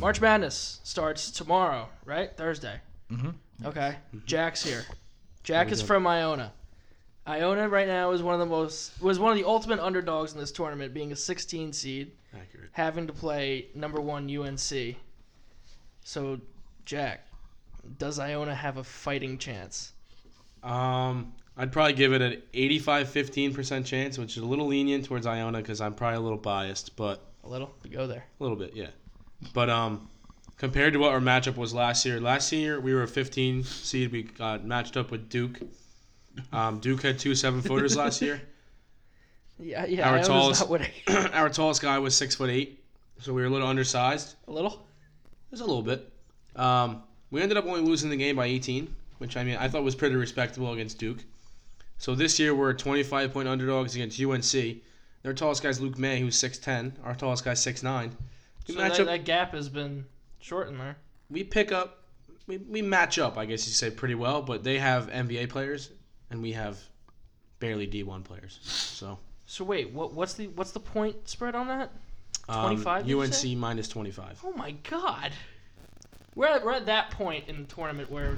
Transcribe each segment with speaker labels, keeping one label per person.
Speaker 1: March Madness starts tomorrow, right? Thursday.
Speaker 2: Mm-hmm.
Speaker 1: Okay. Jack's here. Jack is from Iona. Iona right now is one of the most was one of the ultimate underdogs in this tournament, being a 16 seed,
Speaker 3: Accurate.
Speaker 1: having to play number one UNC. So, Jack, does Iona have a fighting chance?
Speaker 3: Um, I'd probably give it an 85 15% chance, which is a little lenient towards Iona because I'm probably a little biased, but
Speaker 1: A little. We go there.
Speaker 3: a little bit, yeah. But um, compared to what our matchup was last year, last year we were a 15 seed. We got matched up with Duke. Um, Duke had two seven footers last year.
Speaker 1: Yeah, yeah.
Speaker 3: Our
Speaker 1: Iona's
Speaker 3: tallest-
Speaker 1: not winning.
Speaker 3: Our tallest guy was six foot eight, so we were a little undersized.
Speaker 1: a little.
Speaker 3: Just a little bit. Um, we ended up only losing the game by 18, which I mean I thought was pretty respectable against Duke. So this year we're 25 point underdogs against UNC. Their tallest guy's Luke May, who's 6'10. Our tallest guy's 6'9. We
Speaker 1: So
Speaker 3: match
Speaker 1: that,
Speaker 3: up-
Speaker 1: that gap has been shortened there.
Speaker 3: we pick up, we, we match up, I guess you say, pretty well, but they have NBA players and we have barely D1 players. So
Speaker 1: So wait, what? What's the what's the point spread on that?
Speaker 3: um,
Speaker 1: 25, did you
Speaker 3: UNC
Speaker 1: say?
Speaker 3: minus 25.
Speaker 1: Oh my god. We're at, we're at that point in the tournament where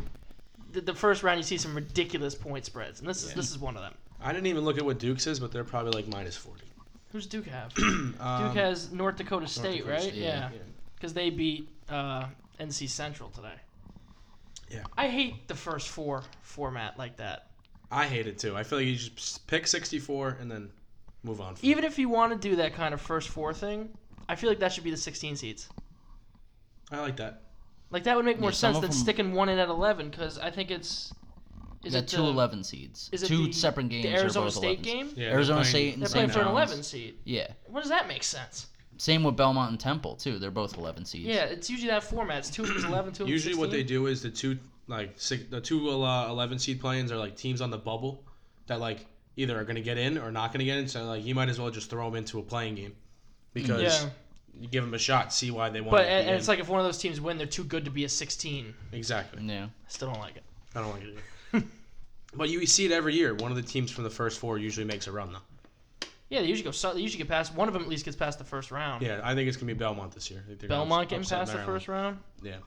Speaker 1: the, the first round you see some ridiculous point spreads, and this is
Speaker 3: Yeah.
Speaker 1: this is one of them.
Speaker 3: I didn't even look at what Duke's is, but they're probably like minus 40.
Speaker 1: Who's Duke have?
Speaker 3: Um,
Speaker 1: Duke has North Dakota
Speaker 3: North
Speaker 1: State,
Speaker 3: Dakota
Speaker 1: right?
Speaker 3: State,
Speaker 1: yeah, because they beat uh, NC Central today.
Speaker 3: Yeah.
Speaker 1: I hate the first four format like that.
Speaker 3: I hate it too. I feel like you just pick 64 and then move on. From
Speaker 1: Even if you want to do that kind of first four thing, I feel like that should be the 16 seeds.
Speaker 3: I like that.
Speaker 1: Like that would make more
Speaker 2: Yeah, some
Speaker 1: sense than
Speaker 2: of them-
Speaker 1: sticking one in at 11 because I think it's.
Speaker 2: You
Speaker 1: Is
Speaker 2: got
Speaker 1: it
Speaker 2: two
Speaker 1: the-
Speaker 2: 11 seeds.
Speaker 1: Is it
Speaker 2: two
Speaker 1: the-
Speaker 2: separate games.
Speaker 1: The
Speaker 2: are
Speaker 1: Arizona
Speaker 2: both
Speaker 1: State
Speaker 2: 11s.
Speaker 1: game.
Speaker 3: Yeah,
Speaker 2: Arizona State and
Speaker 1: They're
Speaker 2: St.
Speaker 1: playing for an
Speaker 2: John's.
Speaker 1: 11 seed.
Speaker 2: Yeah.
Speaker 1: What does that make sense?
Speaker 2: Same with Belmont and Temple too. They're both 11 seeds.
Speaker 1: Yeah, it's usually that format. It's two of them's 11, two of them's
Speaker 3: Usually, what they
Speaker 1: 16.
Speaker 3: do is the two like six, the two uh, eleven seed play-ins are like teams on the bubble that like either are gonna get in or not gonna get in. So like you might as well just throw them into a playing game because
Speaker 1: Yeah,
Speaker 3: you give them a shot, see why they want.
Speaker 1: but
Speaker 3: to
Speaker 1: and,
Speaker 3: be
Speaker 1: and it's
Speaker 3: in.
Speaker 1: like if one of those teams win, they're too good to be a 16.
Speaker 3: exactly.
Speaker 2: Yeah.
Speaker 1: I still don't like it.
Speaker 3: I don't like it. either. but you see it every year. One of the teams from the first four usually makes a run though.
Speaker 1: Yeah, they usually go. so- They usually get past one of them. At least gets past the first round.
Speaker 3: Yeah, I think it's gonna be Belmont this year. I think they're gonna
Speaker 1: Belmont getting
Speaker 3: upset
Speaker 1: past the
Speaker 3: Maryland.
Speaker 1: first round.
Speaker 3: Yeah.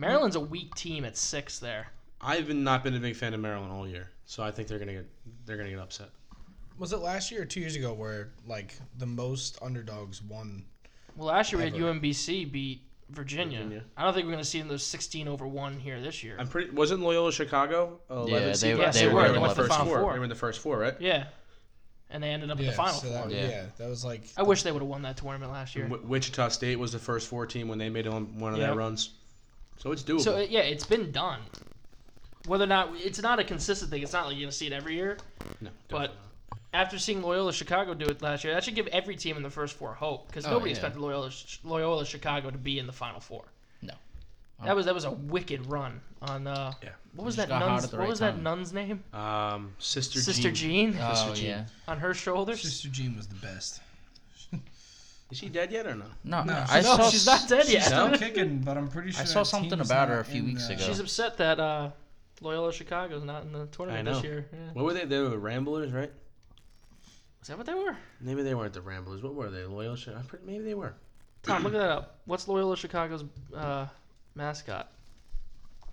Speaker 1: Maryland's a weak team at six. There.
Speaker 3: I've been not been a big fan of Maryland all year, so I think they're gonna get they're gonna get upset.
Speaker 4: Was it last year or two years ago where like the most underdogs won?
Speaker 1: Well, last year we had
Speaker 4: Ever.
Speaker 1: UMBC beat Virginia.
Speaker 3: Virginia.
Speaker 1: I don't think we're gonna see them those 16 over one here this year.
Speaker 3: I'm pretty. Wasn't Loyola Chicago? a 11
Speaker 2: Yeah,
Speaker 3: seed
Speaker 2: they-
Speaker 3: last
Speaker 1: they
Speaker 3: year?
Speaker 1: were
Speaker 3: They were
Speaker 1: in the
Speaker 3: in the first
Speaker 1: final
Speaker 3: four.
Speaker 1: four.
Speaker 3: They were in the first four, right?
Speaker 1: yeah. And they ended up in the final
Speaker 4: so
Speaker 1: four.
Speaker 4: that,
Speaker 2: Yeah.
Speaker 4: yeah. that was like
Speaker 1: I wish they would have won that tournament last year.
Speaker 3: Wi- Wichita State was the first four team when they made on- one of
Speaker 1: Yeah.
Speaker 3: their runs, so it's doable.
Speaker 1: So uh, yeah, it's been done. Whether or not it's not a consistent thing, it's not like you're gonna see it every year.
Speaker 3: No,
Speaker 1: But after seeing Loyola Chicago do it last year, that should give every team in the first four hope because
Speaker 2: Oh,
Speaker 1: nobody
Speaker 2: yeah.
Speaker 1: expected Loyola Ch- Loyola Chicago to be in the final four.
Speaker 2: No.
Speaker 1: That was that was a wicked run on uh,
Speaker 3: Yeah.
Speaker 1: what was
Speaker 2: They
Speaker 1: that
Speaker 2: just got hot
Speaker 1: nun's
Speaker 2: at
Speaker 1: what
Speaker 2: the right
Speaker 1: was that
Speaker 2: time.
Speaker 1: nun's name
Speaker 3: definitely. um, Sister
Speaker 1: Sister
Speaker 3: Jean.
Speaker 1: Jean
Speaker 2: Oh
Speaker 3: Sister Jean.
Speaker 2: yeah.
Speaker 1: on her shoulders.
Speaker 4: Sister Jean was the best.
Speaker 3: Is she dead yet or no?
Speaker 2: No.
Speaker 4: No,
Speaker 2: I
Speaker 4: she's-
Speaker 2: saw.
Speaker 1: no, she's not dead yet.
Speaker 4: She's still
Speaker 3: No?
Speaker 4: kicking, but I'm pretty sure.
Speaker 2: I saw
Speaker 4: her
Speaker 2: something
Speaker 4: team's
Speaker 2: about her
Speaker 4: not
Speaker 2: a few
Speaker 4: in
Speaker 2: weeks
Speaker 4: the-
Speaker 2: ago.
Speaker 1: She's upset that uh, Loyola Chicago's not in the tournament
Speaker 3: I
Speaker 1: this
Speaker 3: know.
Speaker 1: year. Yeah.
Speaker 3: What were they? They were the Ramblers, right?
Speaker 1: Is that what they were?
Speaker 3: Maybe they weren't the Ramblers. What were they? Loyola? Chi- I'm pretty- Maybe they were.
Speaker 1: Tom, look that up. What's Loyola Chicago's uh, mascot?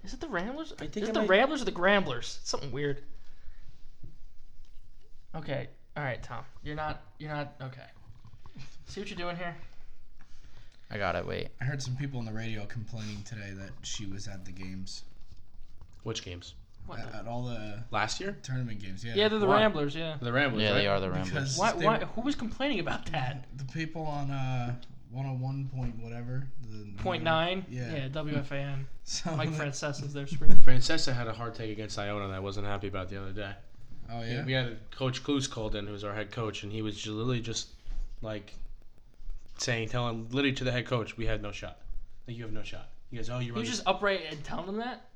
Speaker 1: Is it the Ramblers?
Speaker 3: I think
Speaker 1: Is
Speaker 3: I
Speaker 1: it the
Speaker 3: might-
Speaker 1: Ramblers or the Gramblers? It's something weird. Okay. All right, Tom. You're not. You're not. Okay. See what you're doing here.
Speaker 2: I got it. Wait.
Speaker 4: I heard some people on the radio complaining today that she was at the games,
Speaker 3: Which games?
Speaker 1: What?
Speaker 4: at,
Speaker 3: Uh,
Speaker 1: The...
Speaker 4: at all the
Speaker 3: Last year?
Speaker 4: tournament games. Yeah.
Speaker 1: Yeah, they're the
Speaker 3: Why?
Speaker 1: Ramblers. Yeah.
Speaker 3: The Ramblers.
Speaker 2: Yeah,
Speaker 3: right?
Speaker 2: they are the Ramblers.
Speaker 4: because
Speaker 1: Why?
Speaker 4: they-
Speaker 1: Why? Who was complaining about that?
Speaker 4: the people on uh 101 point whatever the
Speaker 1: Point
Speaker 3: Mm,
Speaker 1: nine.
Speaker 4: Yeah.
Speaker 1: Yeah. WFAN.
Speaker 4: So
Speaker 1: Mike
Speaker 4: they-
Speaker 1: Francesa's their screen.
Speaker 3: Francesa had a hard take against Iona that I wasn't happy about the other day.
Speaker 4: Oh
Speaker 3: Yeah,
Speaker 4: yeah.
Speaker 3: we had Coach Clues called in, who was our head coach, and he was ju- literally just like saying, telling literally to the head coach, "We had no shot. Like you have no shot." He goes, "Oh, you
Speaker 1: He
Speaker 3: run."
Speaker 1: was
Speaker 3: this-
Speaker 1: just upright and telling them that.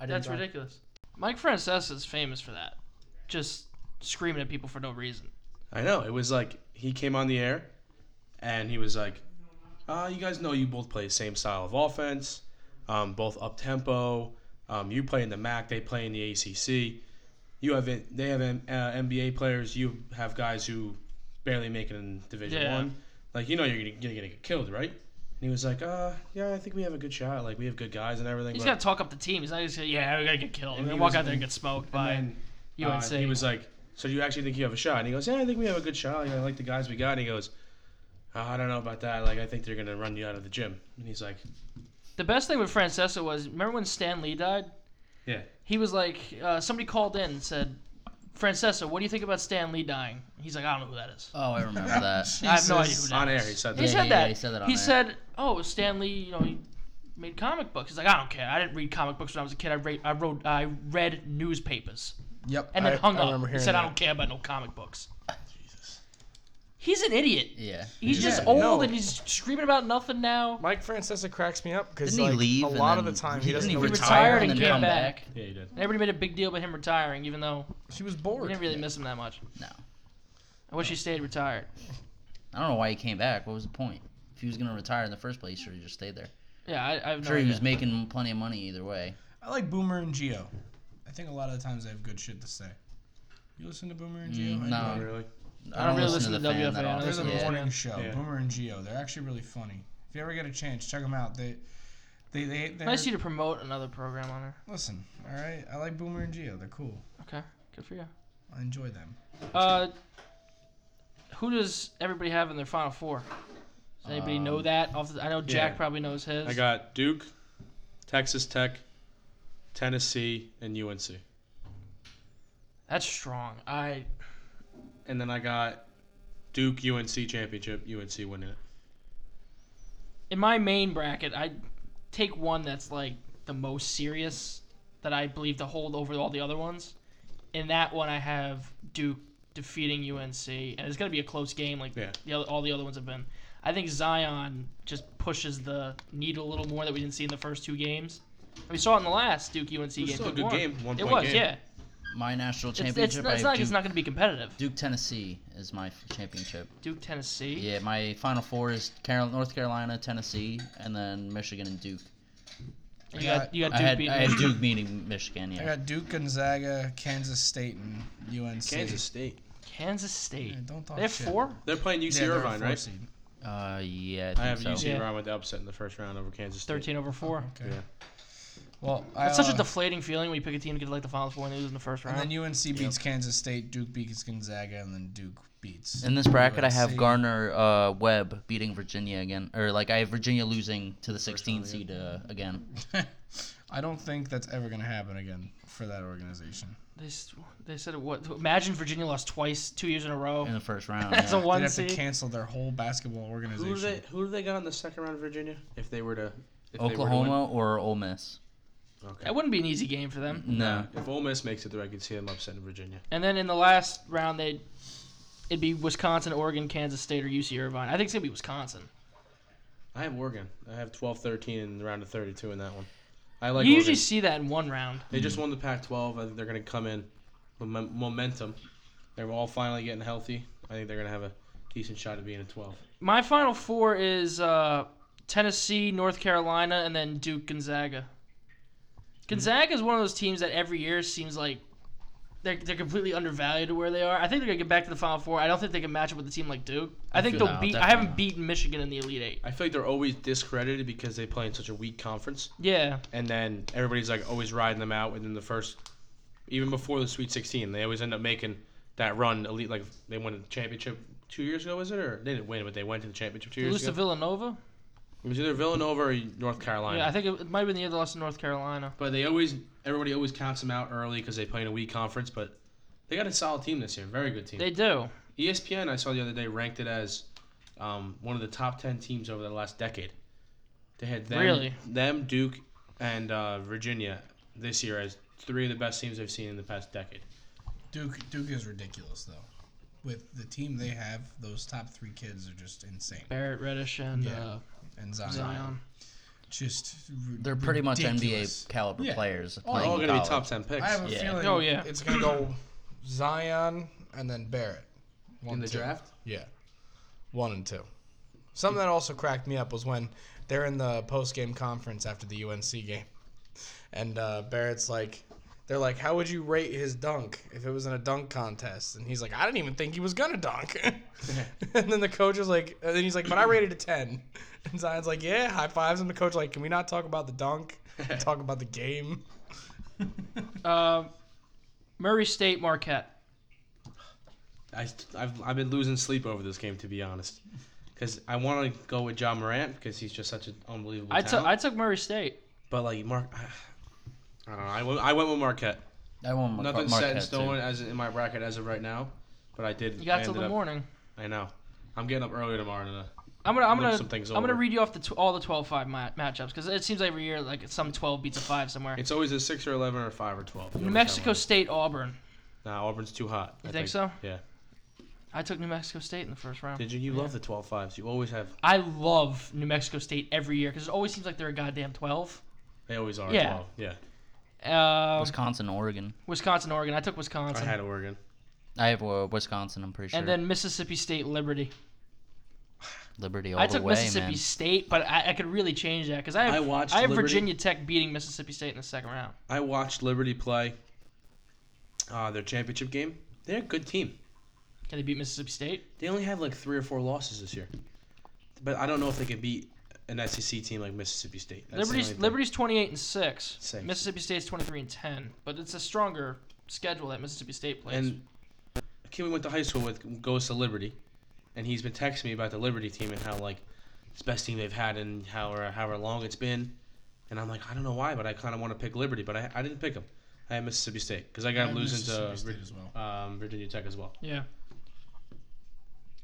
Speaker 2: I
Speaker 1: That's ridiculous. Mike Francesa is famous for that. Just screaming at people for no reason.
Speaker 3: I know. It was like he came on the air, and he was like, "Ah, you guys know you both play the same style of offense, um, both up tempo. Um, you play in the MAC, they play in the ACC. You have in, they have M- uh, NBA players. You have guys who barely make it in Division
Speaker 1: Yeah.
Speaker 3: One. like you know you're gonna, you're gonna get killed, right? And he was like, uh, yeah, I think we have a good shot. Like we have good guys and everything.
Speaker 1: He's
Speaker 3: but-
Speaker 1: got to talk up the team. He's not just gonna say, yeah, we gotta get killed.
Speaker 3: And
Speaker 1: And then
Speaker 3: he
Speaker 1: walk
Speaker 3: was-
Speaker 1: out there and get smoked by
Speaker 3: and then, uh,
Speaker 1: UNC.
Speaker 3: he was like, so do you actually think you have a shot? And he goes, yeah, I think we have a good shot. Like, I like the guys we got. And he goes, "Uh, I don't know about that. Like I think they're gonna run you out of the gym. And he's like,
Speaker 1: the best thing with Francesa was remember when Stan Lee died?
Speaker 3: Yeah.
Speaker 1: He was like, uh, somebody called in and said, Francesa, what do you think about Stan Lee dying? He's like, I don't know who that is.
Speaker 2: Oh, I remember that.
Speaker 1: I have no idea Oh, who
Speaker 4: Jesus.
Speaker 1: that
Speaker 3: on air,
Speaker 1: is.
Speaker 3: he said
Speaker 1: He
Speaker 3: this.
Speaker 2: Yeah,
Speaker 1: said
Speaker 2: yeah,
Speaker 1: that.
Speaker 2: yeah,
Speaker 1: he
Speaker 2: he
Speaker 1: said
Speaker 2: said that on air.
Speaker 1: "Oh, Stan Lee, you know, he made comic books." He's like, "I don't care. I didn't read comic books when I was a kid. I read, I wrote, I read newspapers."
Speaker 4: Yep.
Speaker 1: And then
Speaker 4: I,
Speaker 1: hung
Speaker 4: I
Speaker 1: up.
Speaker 4: remember
Speaker 1: He
Speaker 4: hearing
Speaker 1: said, "I
Speaker 4: that.
Speaker 1: don't care about no comic books." He's an idiot.
Speaker 2: Yeah.
Speaker 1: He's
Speaker 4: Yeah,
Speaker 1: just old
Speaker 4: no.
Speaker 1: and he's screaming about nothing now.
Speaker 5: Mike Francesa cracks me up because
Speaker 2: Didn't he
Speaker 5: like,
Speaker 2: leave
Speaker 5: a
Speaker 2: and
Speaker 5: lot of the
Speaker 2: then-
Speaker 5: time he
Speaker 2: didn't
Speaker 5: doesn't
Speaker 2: he
Speaker 5: even
Speaker 1: He
Speaker 2: retire
Speaker 1: retired
Speaker 2: and
Speaker 1: and
Speaker 2: then
Speaker 1: came
Speaker 2: come
Speaker 1: back.
Speaker 2: back?
Speaker 3: Yeah, he did.
Speaker 1: And everybody made a big deal about him retiring, even though
Speaker 4: She was
Speaker 1: we
Speaker 4: bored.
Speaker 1: didn't really miss him that much.
Speaker 2: No.
Speaker 1: I wish he stayed retired.
Speaker 2: I don't know why he came back. What was the point? If he was gonna retire in the first place, should have just stayed there.
Speaker 1: Yeah, I, I have no
Speaker 2: sure, he
Speaker 1: idea.
Speaker 2: was making plenty of money either way.
Speaker 4: I like Boomer and Geo. I think a lot of the times they have good shit to say. You listen to Boomer and Geo?
Speaker 2: Mm,
Speaker 4: I
Speaker 1: Um,
Speaker 2: no.
Speaker 3: Not
Speaker 4: do.
Speaker 3: really.
Speaker 1: I don't really listen to
Speaker 2: fan
Speaker 1: WFAN. I
Speaker 2: that
Speaker 4: There's
Speaker 1: listen
Speaker 2: often.
Speaker 4: a
Speaker 1: to
Speaker 2: Yeah.
Speaker 4: morning show,
Speaker 3: Yeah.
Speaker 4: Boomer and Geo. They're actually really funny. If you ever get a chance, check them out. They, they, they. They're,
Speaker 1: Nice of you to promote another program on there.
Speaker 4: Listen, all right. I like Boomer and Geo. They're cool.
Speaker 1: Okay, good for you.
Speaker 4: I enjoy them.
Speaker 1: Uh, who does everybody have in their final four? Does anybody know
Speaker 2: Um,
Speaker 1: that? Off the, I know Jack
Speaker 3: yeah.
Speaker 1: probably knows his.
Speaker 3: I got Duke, Texas Tech, Tennessee, and UNC.
Speaker 1: That's strong. I
Speaker 3: And then I got Duke UNC championship. UNC winning it.
Speaker 1: in my main bracket, I take one that's like the most serious that I believe to hold over all the other ones. In that one, I have Duke defeating UNC, and it's gonna be a close game, like
Speaker 3: Yeah.
Speaker 1: the other, all the other ones have been. I think Zion just pushes the needle a little more that we didn't see in the first two games. And we saw it in the last Duke UNC
Speaker 3: It
Speaker 1: game.
Speaker 3: was still a
Speaker 1: Duke
Speaker 3: good
Speaker 1: won.
Speaker 3: game. One
Speaker 1: It
Speaker 3: point
Speaker 1: was,
Speaker 3: game.
Speaker 1: yeah.
Speaker 2: My national
Speaker 1: It's,
Speaker 2: championship.
Speaker 1: it's, it's
Speaker 2: I
Speaker 1: not
Speaker 2: have
Speaker 1: like it's
Speaker 2: Duke-
Speaker 1: not going to be competitive.
Speaker 2: Duke, Tennessee is my f- championship.
Speaker 1: Duke, Tennessee.
Speaker 2: Yeah, my final four is Carol- North Carolina, Tennessee, and then Michigan and Duke.
Speaker 1: You got, you got
Speaker 2: I
Speaker 1: Duke
Speaker 2: had,
Speaker 1: beating.
Speaker 2: I had Duke beating Michigan.
Speaker 4: I
Speaker 2: Yeah.
Speaker 4: got Duke, Gonzaga, Kansas State, and UNC.
Speaker 3: Kansas State.
Speaker 1: Kansas State.
Speaker 4: Yeah, don't talk
Speaker 1: They have
Speaker 4: shit.
Speaker 1: four.
Speaker 3: They're playing UC
Speaker 4: Yeah, they're a
Speaker 3: Irvine,
Speaker 4: four
Speaker 3: right?
Speaker 4: seed.
Speaker 2: Uh, yeah.
Speaker 3: I
Speaker 2: I
Speaker 3: have
Speaker 2: think so.
Speaker 3: UC
Speaker 1: Yeah.
Speaker 3: Irvine with the upset in the first round over Kansas State.
Speaker 1: Thirteen over four.
Speaker 4: Okay.
Speaker 3: Yeah.
Speaker 4: Well, I,
Speaker 1: That's such a
Speaker 4: uh,
Speaker 1: deflating feeling when you pick a team to get like the final four and lose in the first round.
Speaker 4: And then UNC beats Kansas State, Duke beats Gonzaga, and then Duke beats.
Speaker 2: In this bracket, I have
Speaker 4: UNC.
Speaker 2: Garner uh, Webb beating Virginia again, or like I have Virginia losing to the 16 seed uh, again.
Speaker 4: I don't think that's ever going to happen again for that organization.
Speaker 1: they, s- they said it what? Imagine Virginia lost twice, two years in a row.
Speaker 2: in the first round.
Speaker 1: Oh. That's
Speaker 2: yeah.
Speaker 1: a
Speaker 4: They'd
Speaker 1: one
Speaker 4: have to
Speaker 1: seed.
Speaker 4: cancel their whole basketball
Speaker 3: Who do
Speaker 4: organization.
Speaker 3: they who do they got in the second round of Virginia? If they were to if they were to
Speaker 2: Oklahoma or Ole Miss?
Speaker 3: win? Okay.
Speaker 1: That wouldn't be an easy game for them.
Speaker 2: No.
Speaker 3: If Ole Miss makes it there, I could see them upsetting Virginia.
Speaker 1: And then in the last round, they it'd be Wisconsin, Oregon, Kansas State, or UC Irvine. I think it's gonna be Wisconsin.
Speaker 3: I have Oregon. I have 12-13 in the round of 32 in that one. I like Oregon.
Speaker 1: you usually see that in one round.
Speaker 3: They just won the Pac-12. I think they're going to come in with mom- momentum. They're all finally getting healthy. I think they're going to have a decent shot at being a 12.
Speaker 1: My final four is uh, Tennessee, North Carolina, and then Duke Gonzaga. Gonzaga is one of those teams that every year seems like they're, they're completely undervalued to where they are. I think they're gonna get back to the Final Four. I don't think they can match up with a team like Duke. I think
Speaker 2: feel-
Speaker 1: they'll
Speaker 2: no,
Speaker 1: beat. I
Speaker 2: definitely
Speaker 1: haven't
Speaker 2: not.
Speaker 1: beaten Michigan in the Elite Eight.
Speaker 3: I feel like they're always discredited because they play in such a weak conference,
Speaker 1: Yeah,
Speaker 3: and then everybody's like always riding them out. And then the first, even before the Sweet 16, they always end up making that run elite. Like they won the championship two years ago, was it? Or they didn't win, but they went to the championship two
Speaker 1: they
Speaker 3: years
Speaker 1: lose
Speaker 3: ago.
Speaker 1: to Villanova.
Speaker 3: it was either Villanova or North Carolina.
Speaker 1: Yeah, I think it, it might have been the other loss to North Carolina.
Speaker 3: But they always, everybody always counts them out early because they play in a weak conference. But they got a solid team this year, very good team.
Speaker 1: They do.
Speaker 3: ESPN I saw the other day ranked it as um, one of the top ten teams over the last decade. They had them,
Speaker 1: Really?
Speaker 3: them Duke, and uh, Virginia this year as three of the best teams I've seen in the past decade.
Speaker 4: Duke Duke is ridiculous though. With the team they have, those top three kids are just insane.
Speaker 1: Barrett Reddish and
Speaker 4: Yeah. And
Speaker 1: uh,
Speaker 4: Zion,
Speaker 1: Zion.
Speaker 4: just ri-
Speaker 2: They're pretty much
Speaker 4: ridiculous.
Speaker 2: NBA caliber
Speaker 4: Yeah.
Speaker 2: players.
Speaker 3: They're
Speaker 4: Oh,
Speaker 2: playing
Speaker 3: all
Speaker 2: in
Speaker 3: going to be top
Speaker 2: college.
Speaker 3: ten picks.
Speaker 4: I have a
Speaker 2: Yeah.
Speaker 4: feeling.
Speaker 1: Oh, yeah.
Speaker 4: it's gonna go Zion and then Barrett. One,
Speaker 3: in the
Speaker 4: two.
Speaker 3: draft,
Speaker 4: Yeah, one and two. Something that also cracked me up was when they're in the post game conference after the UNC game, and uh, Barrett's like, They're like, how would you rate his dunk if it was in a dunk contest? And he's like, I didn't even think he was gonna dunk. and then the coach is like, and then he's like, but I rated a ten. And Zion's like, yeah, high fives. And the coach like, can we not talk about the dunk? talk about the game.
Speaker 1: Um, Murray State Marquette.
Speaker 3: I, I've, I've been losing sleep over this game, to be honest. Because I want to go with John Morant because he's just such an unbelievable
Speaker 1: I
Speaker 3: I
Speaker 1: took I took Murray State.
Speaker 3: but, like, Mark, I don't know. I went, I went with Marquette.
Speaker 2: I want Mar-
Speaker 3: Nothing set in
Speaker 2: Marquette
Speaker 3: stone
Speaker 2: too.
Speaker 3: as in my bracket as of right now, but I did.
Speaker 1: You got
Speaker 3: I
Speaker 1: till
Speaker 3: ended
Speaker 1: the
Speaker 3: up-
Speaker 1: morning.
Speaker 3: I know. I'm getting up early tomorrow. uh, To,
Speaker 1: I'm gonna I'm
Speaker 3: Look
Speaker 1: gonna
Speaker 3: some things
Speaker 1: I'm gonna
Speaker 3: over.
Speaker 1: read you off the tw- all the 12-5 ma- matchups because it seems every year like some 12 beats a five somewhere.
Speaker 3: it's always a six or eleven or five or twelve.
Speaker 1: New Mexico State Auburn.
Speaker 3: Nah, Auburn's too hot.
Speaker 1: You think so?
Speaker 3: Yeah.
Speaker 1: I took New Mexico State in the first round.
Speaker 3: Did you? You love the 12 fives. You always have.
Speaker 1: I love New Mexico State every year because it always seems like they're a goddamn 12.
Speaker 3: They always are
Speaker 1: Yeah.
Speaker 3: 12. Yeah.
Speaker 1: Uh,
Speaker 2: Wisconsin, Oregon.
Speaker 1: Wisconsin, Oregon. I took Wisconsin.
Speaker 3: I had Oregon.
Speaker 2: I have uh, Wisconsin. I'm pretty sure.
Speaker 1: And then Mississippi State Liberty.
Speaker 2: Liberty all
Speaker 1: I
Speaker 2: the
Speaker 1: took
Speaker 2: way,
Speaker 1: Mississippi
Speaker 2: man.
Speaker 1: State, but I, I could really change that because I have,
Speaker 3: I watched
Speaker 1: I have
Speaker 3: Liberty.
Speaker 1: Virginia Tech beating Mississippi State in the second round.
Speaker 3: I watched Liberty play uh, their championship game. They're a good team.
Speaker 1: Can they beat Mississippi State?
Speaker 3: They only have like three or four losses this year, but I don't know if they could beat an SEC team like Mississippi State. That's the
Speaker 1: Liberty's
Speaker 3: only thing.
Speaker 1: Liberty's 28 and 6.
Speaker 3: Six.
Speaker 1: Mississippi State's 23 and 10, but it's a stronger schedule that Mississippi State plays.
Speaker 3: And a kid we went to high school with goes to Liberty, and he's been texting me about the Liberty team and how like it's the best team they've had in however however long it's been, and I'm like I don't know why, but I kind of want to pick Liberty, but I, I didn't pick them. I had Mississippi State because I got
Speaker 4: I had
Speaker 3: them losing to
Speaker 4: Mississippi
Speaker 3: Vir-
Speaker 4: State as well.
Speaker 3: um, Virginia Tech as well.
Speaker 1: yeah.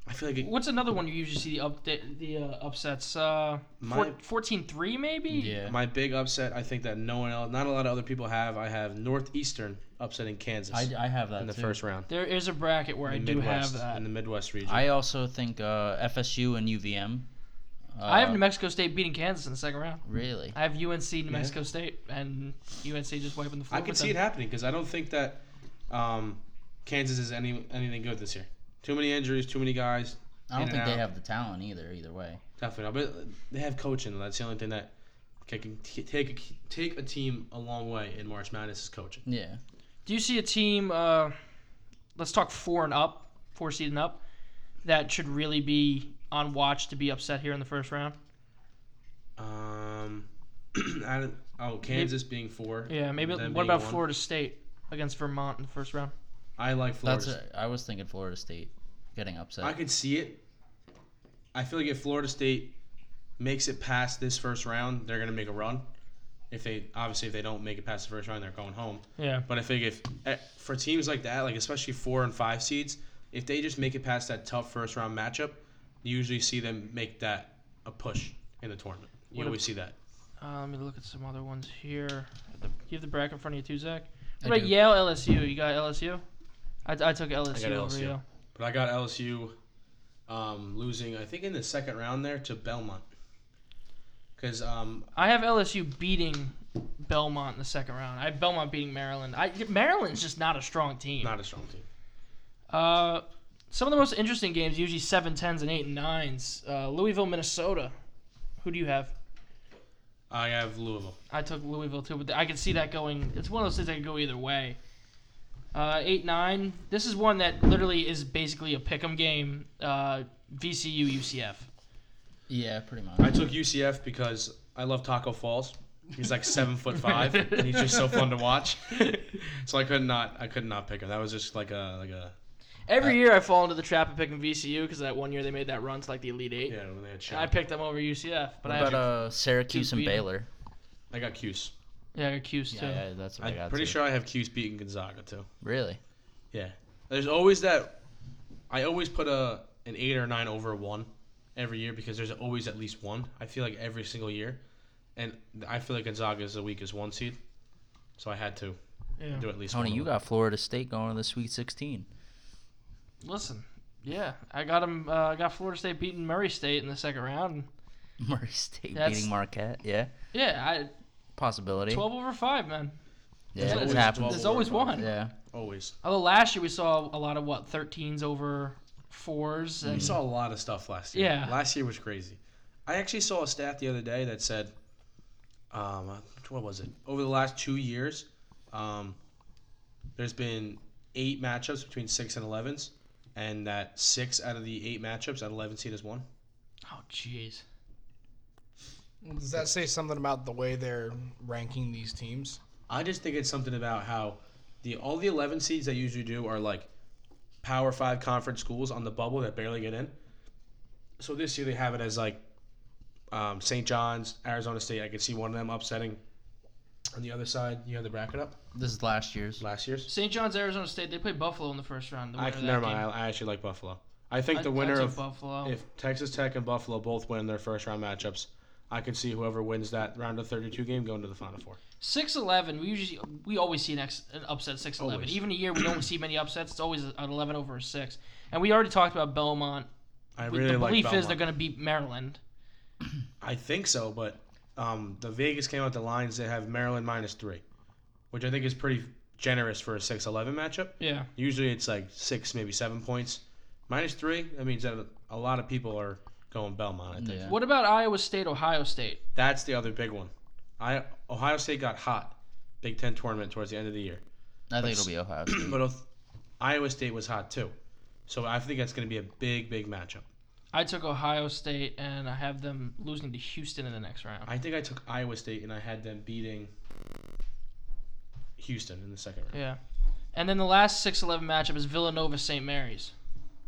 Speaker 3: I feel like it,
Speaker 1: What's another one you usually see the up the, the uh, upsets? Uh,
Speaker 3: My-
Speaker 1: 14-3 maybe.
Speaker 2: Yeah.
Speaker 3: my big upset. I think that no one else, not a lot of other people have. I have Northeastern upsetting Kansas
Speaker 2: I, I have that
Speaker 3: in the
Speaker 2: too.
Speaker 3: first round.
Speaker 1: There is a bracket where I
Speaker 3: In
Speaker 1: do
Speaker 3: Midwest,
Speaker 1: have uh, that.
Speaker 3: in the Midwest region.
Speaker 2: I also think uh, FSU and UVM. Uh,
Speaker 1: I have New Mexico State beating Kansas in the second round.
Speaker 2: Really?
Speaker 1: I have UNC New Mexico State and UNC just wiping the floor.
Speaker 3: I can
Speaker 1: with
Speaker 3: see it
Speaker 1: them.
Speaker 3: happening because I don't think that um, Kansas is any anything good this year. Too many injuries, too many guys.
Speaker 2: I don't
Speaker 3: In
Speaker 2: think
Speaker 3: and
Speaker 2: they
Speaker 3: out.
Speaker 2: have the talent either. Either way.
Speaker 3: Definitely, but they have coaching. That's the only thing that can t- take a, take a team a long way in March Madness is coaching.
Speaker 2: Yeah.
Speaker 1: Do you see a team? Uh, let's talk four and up, four seed and up, that should really be on watch to be upset here in the first round.
Speaker 3: Um, I don't, oh Kansas being four.
Speaker 1: Yeah, maybe.
Speaker 3: them
Speaker 1: What
Speaker 3: being
Speaker 1: about
Speaker 3: one.
Speaker 1: Florida State against Vermont in the first round?
Speaker 3: I like Florida.
Speaker 2: That's. A, I was thinking Florida State getting upset.
Speaker 3: I could see it. I feel like if Florida State makes it past this first round, they're gonna make a run. If they obviously if they don't make it past the first round, they're going home.
Speaker 1: Yeah.
Speaker 3: But I think if eh, for teams like that, like especially four and five seeds, if they just make it past that tough first round matchup, you usually see them make that a push in the tournament. You
Speaker 1: What ab-
Speaker 3: always see that.
Speaker 1: Uh, let me look at some other ones here. The- You have the bracket in front of you too, Zach.
Speaker 2: I
Speaker 1: What about
Speaker 2: do.
Speaker 1: Yale, LSU? You got LSU? I, I took LSU, over
Speaker 3: LSU.
Speaker 1: Yale.
Speaker 3: But I got LSU um, losing, I think, in the second round there to Belmont. Because um,
Speaker 1: I have LSU beating Belmont in the second round. I have Belmont beating Maryland. I, Maryland's just not a strong team.
Speaker 3: not a strong team.
Speaker 1: Uh, some of the most interesting games usually seven tens and eight and nines. Uh, Louisville, Minnesota. Who do you have?
Speaker 3: I have Louisville.
Speaker 1: I took Louisville too, but I can see that going. It's one of those things that could go either way. Uh, eight nine. This is one that literally is basically a pick'em game. Uh, VCU UCF.
Speaker 2: yeah, pretty much.
Speaker 3: I took UCF because I love Taco Falls. He's like seven foot five, and he's just so fun to watch. so I could not, I could not pick him. That was just like a, like a,
Speaker 1: Every year I fall into the trap of picking VCU because that one year they made that run to like the Elite Eight.
Speaker 3: yeah. When they had
Speaker 1: And I
Speaker 3: shot.
Speaker 1: picked them over UCF, but I
Speaker 2: What about
Speaker 1: actually-
Speaker 2: uh, Syracuse
Speaker 1: Duke
Speaker 2: and
Speaker 1: beat 'em.
Speaker 2: Baylor?
Speaker 3: I got Cuse.
Speaker 1: yeah, I got Q's too.
Speaker 2: Yeah, yeah, that's what i
Speaker 3: I'm
Speaker 2: got.
Speaker 3: pretty
Speaker 2: too.
Speaker 3: sure I have Cuse beating Gonzaga too.
Speaker 2: Really?
Speaker 3: Yeah. There's always that. I always put a an eight or nine over a one every year because there's always at least one. I feel like every single year, and I feel like Gonzaga is the weakest one seed, so I had to
Speaker 1: Yeah.
Speaker 3: do at least.
Speaker 2: Tony,
Speaker 3: one of
Speaker 2: you
Speaker 3: them.
Speaker 2: got Florida State going to the Sweet 16.
Speaker 1: Listen, yeah, I got him. Uh, I got Florida State beating Murray State in the second round.
Speaker 2: Murray State
Speaker 1: That's-
Speaker 2: beating Marquette. Yeah,
Speaker 1: Yeah, I
Speaker 2: possibility.
Speaker 1: twelve over five, man.
Speaker 2: Yeah,
Speaker 1: There's
Speaker 2: it
Speaker 1: always-
Speaker 2: happens.
Speaker 1: There's always one.
Speaker 2: Yeah,
Speaker 3: always.
Speaker 1: Although last year we saw a lot of what thirteens over fours
Speaker 3: I
Speaker 1: and
Speaker 3: saw a lot of stuff last year.
Speaker 1: Yeah.
Speaker 3: Last year was crazy. I actually saw a stat the other day that said, um, what was it? Over the last two years, um, there's been eight matchups between six and 11s, and that six out of the eight matchups at 11 seed has won.
Speaker 1: Oh, jeez.
Speaker 4: Does that say something about the way they're ranking these teams?
Speaker 3: I just think it's something about how the all the 11 seeds that usually do are like Power Five conference schools on the bubble that barely get in. So this year they have it as like um, St. John's, Arizona State. I could see one of them upsetting. On the other side, you have the bracket up
Speaker 2: This is last year's.
Speaker 3: last year's.
Speaker 1: St. John's, Arizona State. They played Buffalo in the first round. The
Speaker 3: I
Speaker 1: winner of that
Speaker 3: never mind.
Speaker 1: game.
Speaker 3: I, I actually like Buffalo. I think
Speaker 1: I'd-
Speaker 3: the
Speaker 1: I'd
Speaker 3: winner
Speaker 1: take
Speaker 3: of
Speaker 1: Buffalo.
Speaker 3: if Texas Tech and Buffalo both win their first round matchups, I could see whoever wins that round of 32 game going to the Final Four.
Speaker 1: Six eleven. We usually we always see an, ex, an upset six eleven.
Speaker 3: Always.
Speaker 1: Even a year we don't see many upsets. It's always an eleven over a six. And we already talked about Belmont.
Speaker 3: I
Speaker 1: We-
Speaker 3: really
Speaker 1: the
Speaker 3: like
Speaker 1: belief
Speaker 3: Belmont.
Speaker 1: is they're going to beat Maryland.
Speaker 3: I think so, but um, the Vegas came out the lines that have Maryland minus three, which I think is pretty generous for a 6-11 matchup.
Speaker 1: Yeah.
Speaker 3: Usually it's like six, maybe seven points. Minus three, that means that a lot of people are going Belmont. I think
Speaker 2: Yeah.
Speaker 1: What about Iowa State, Ohio State?
Speaker 3: that's the other big one. I Ohio State got hot, Big Ten tournament towards the end of the year.
Speaker 2: I think it'll be Ohio State.
Speaker 3: But if- Iowa State was hot too. So I think that's going to be a big, big matchup.
Speaker 1: I took Ohio State, and I have them losing to Houston in the next round.
Speaker 3: I think I took Iowa State and I had them beating Houston in the second round.
Speaker 1: Yeah. And then the last six eleven matchup is Villanova, St. Mary's.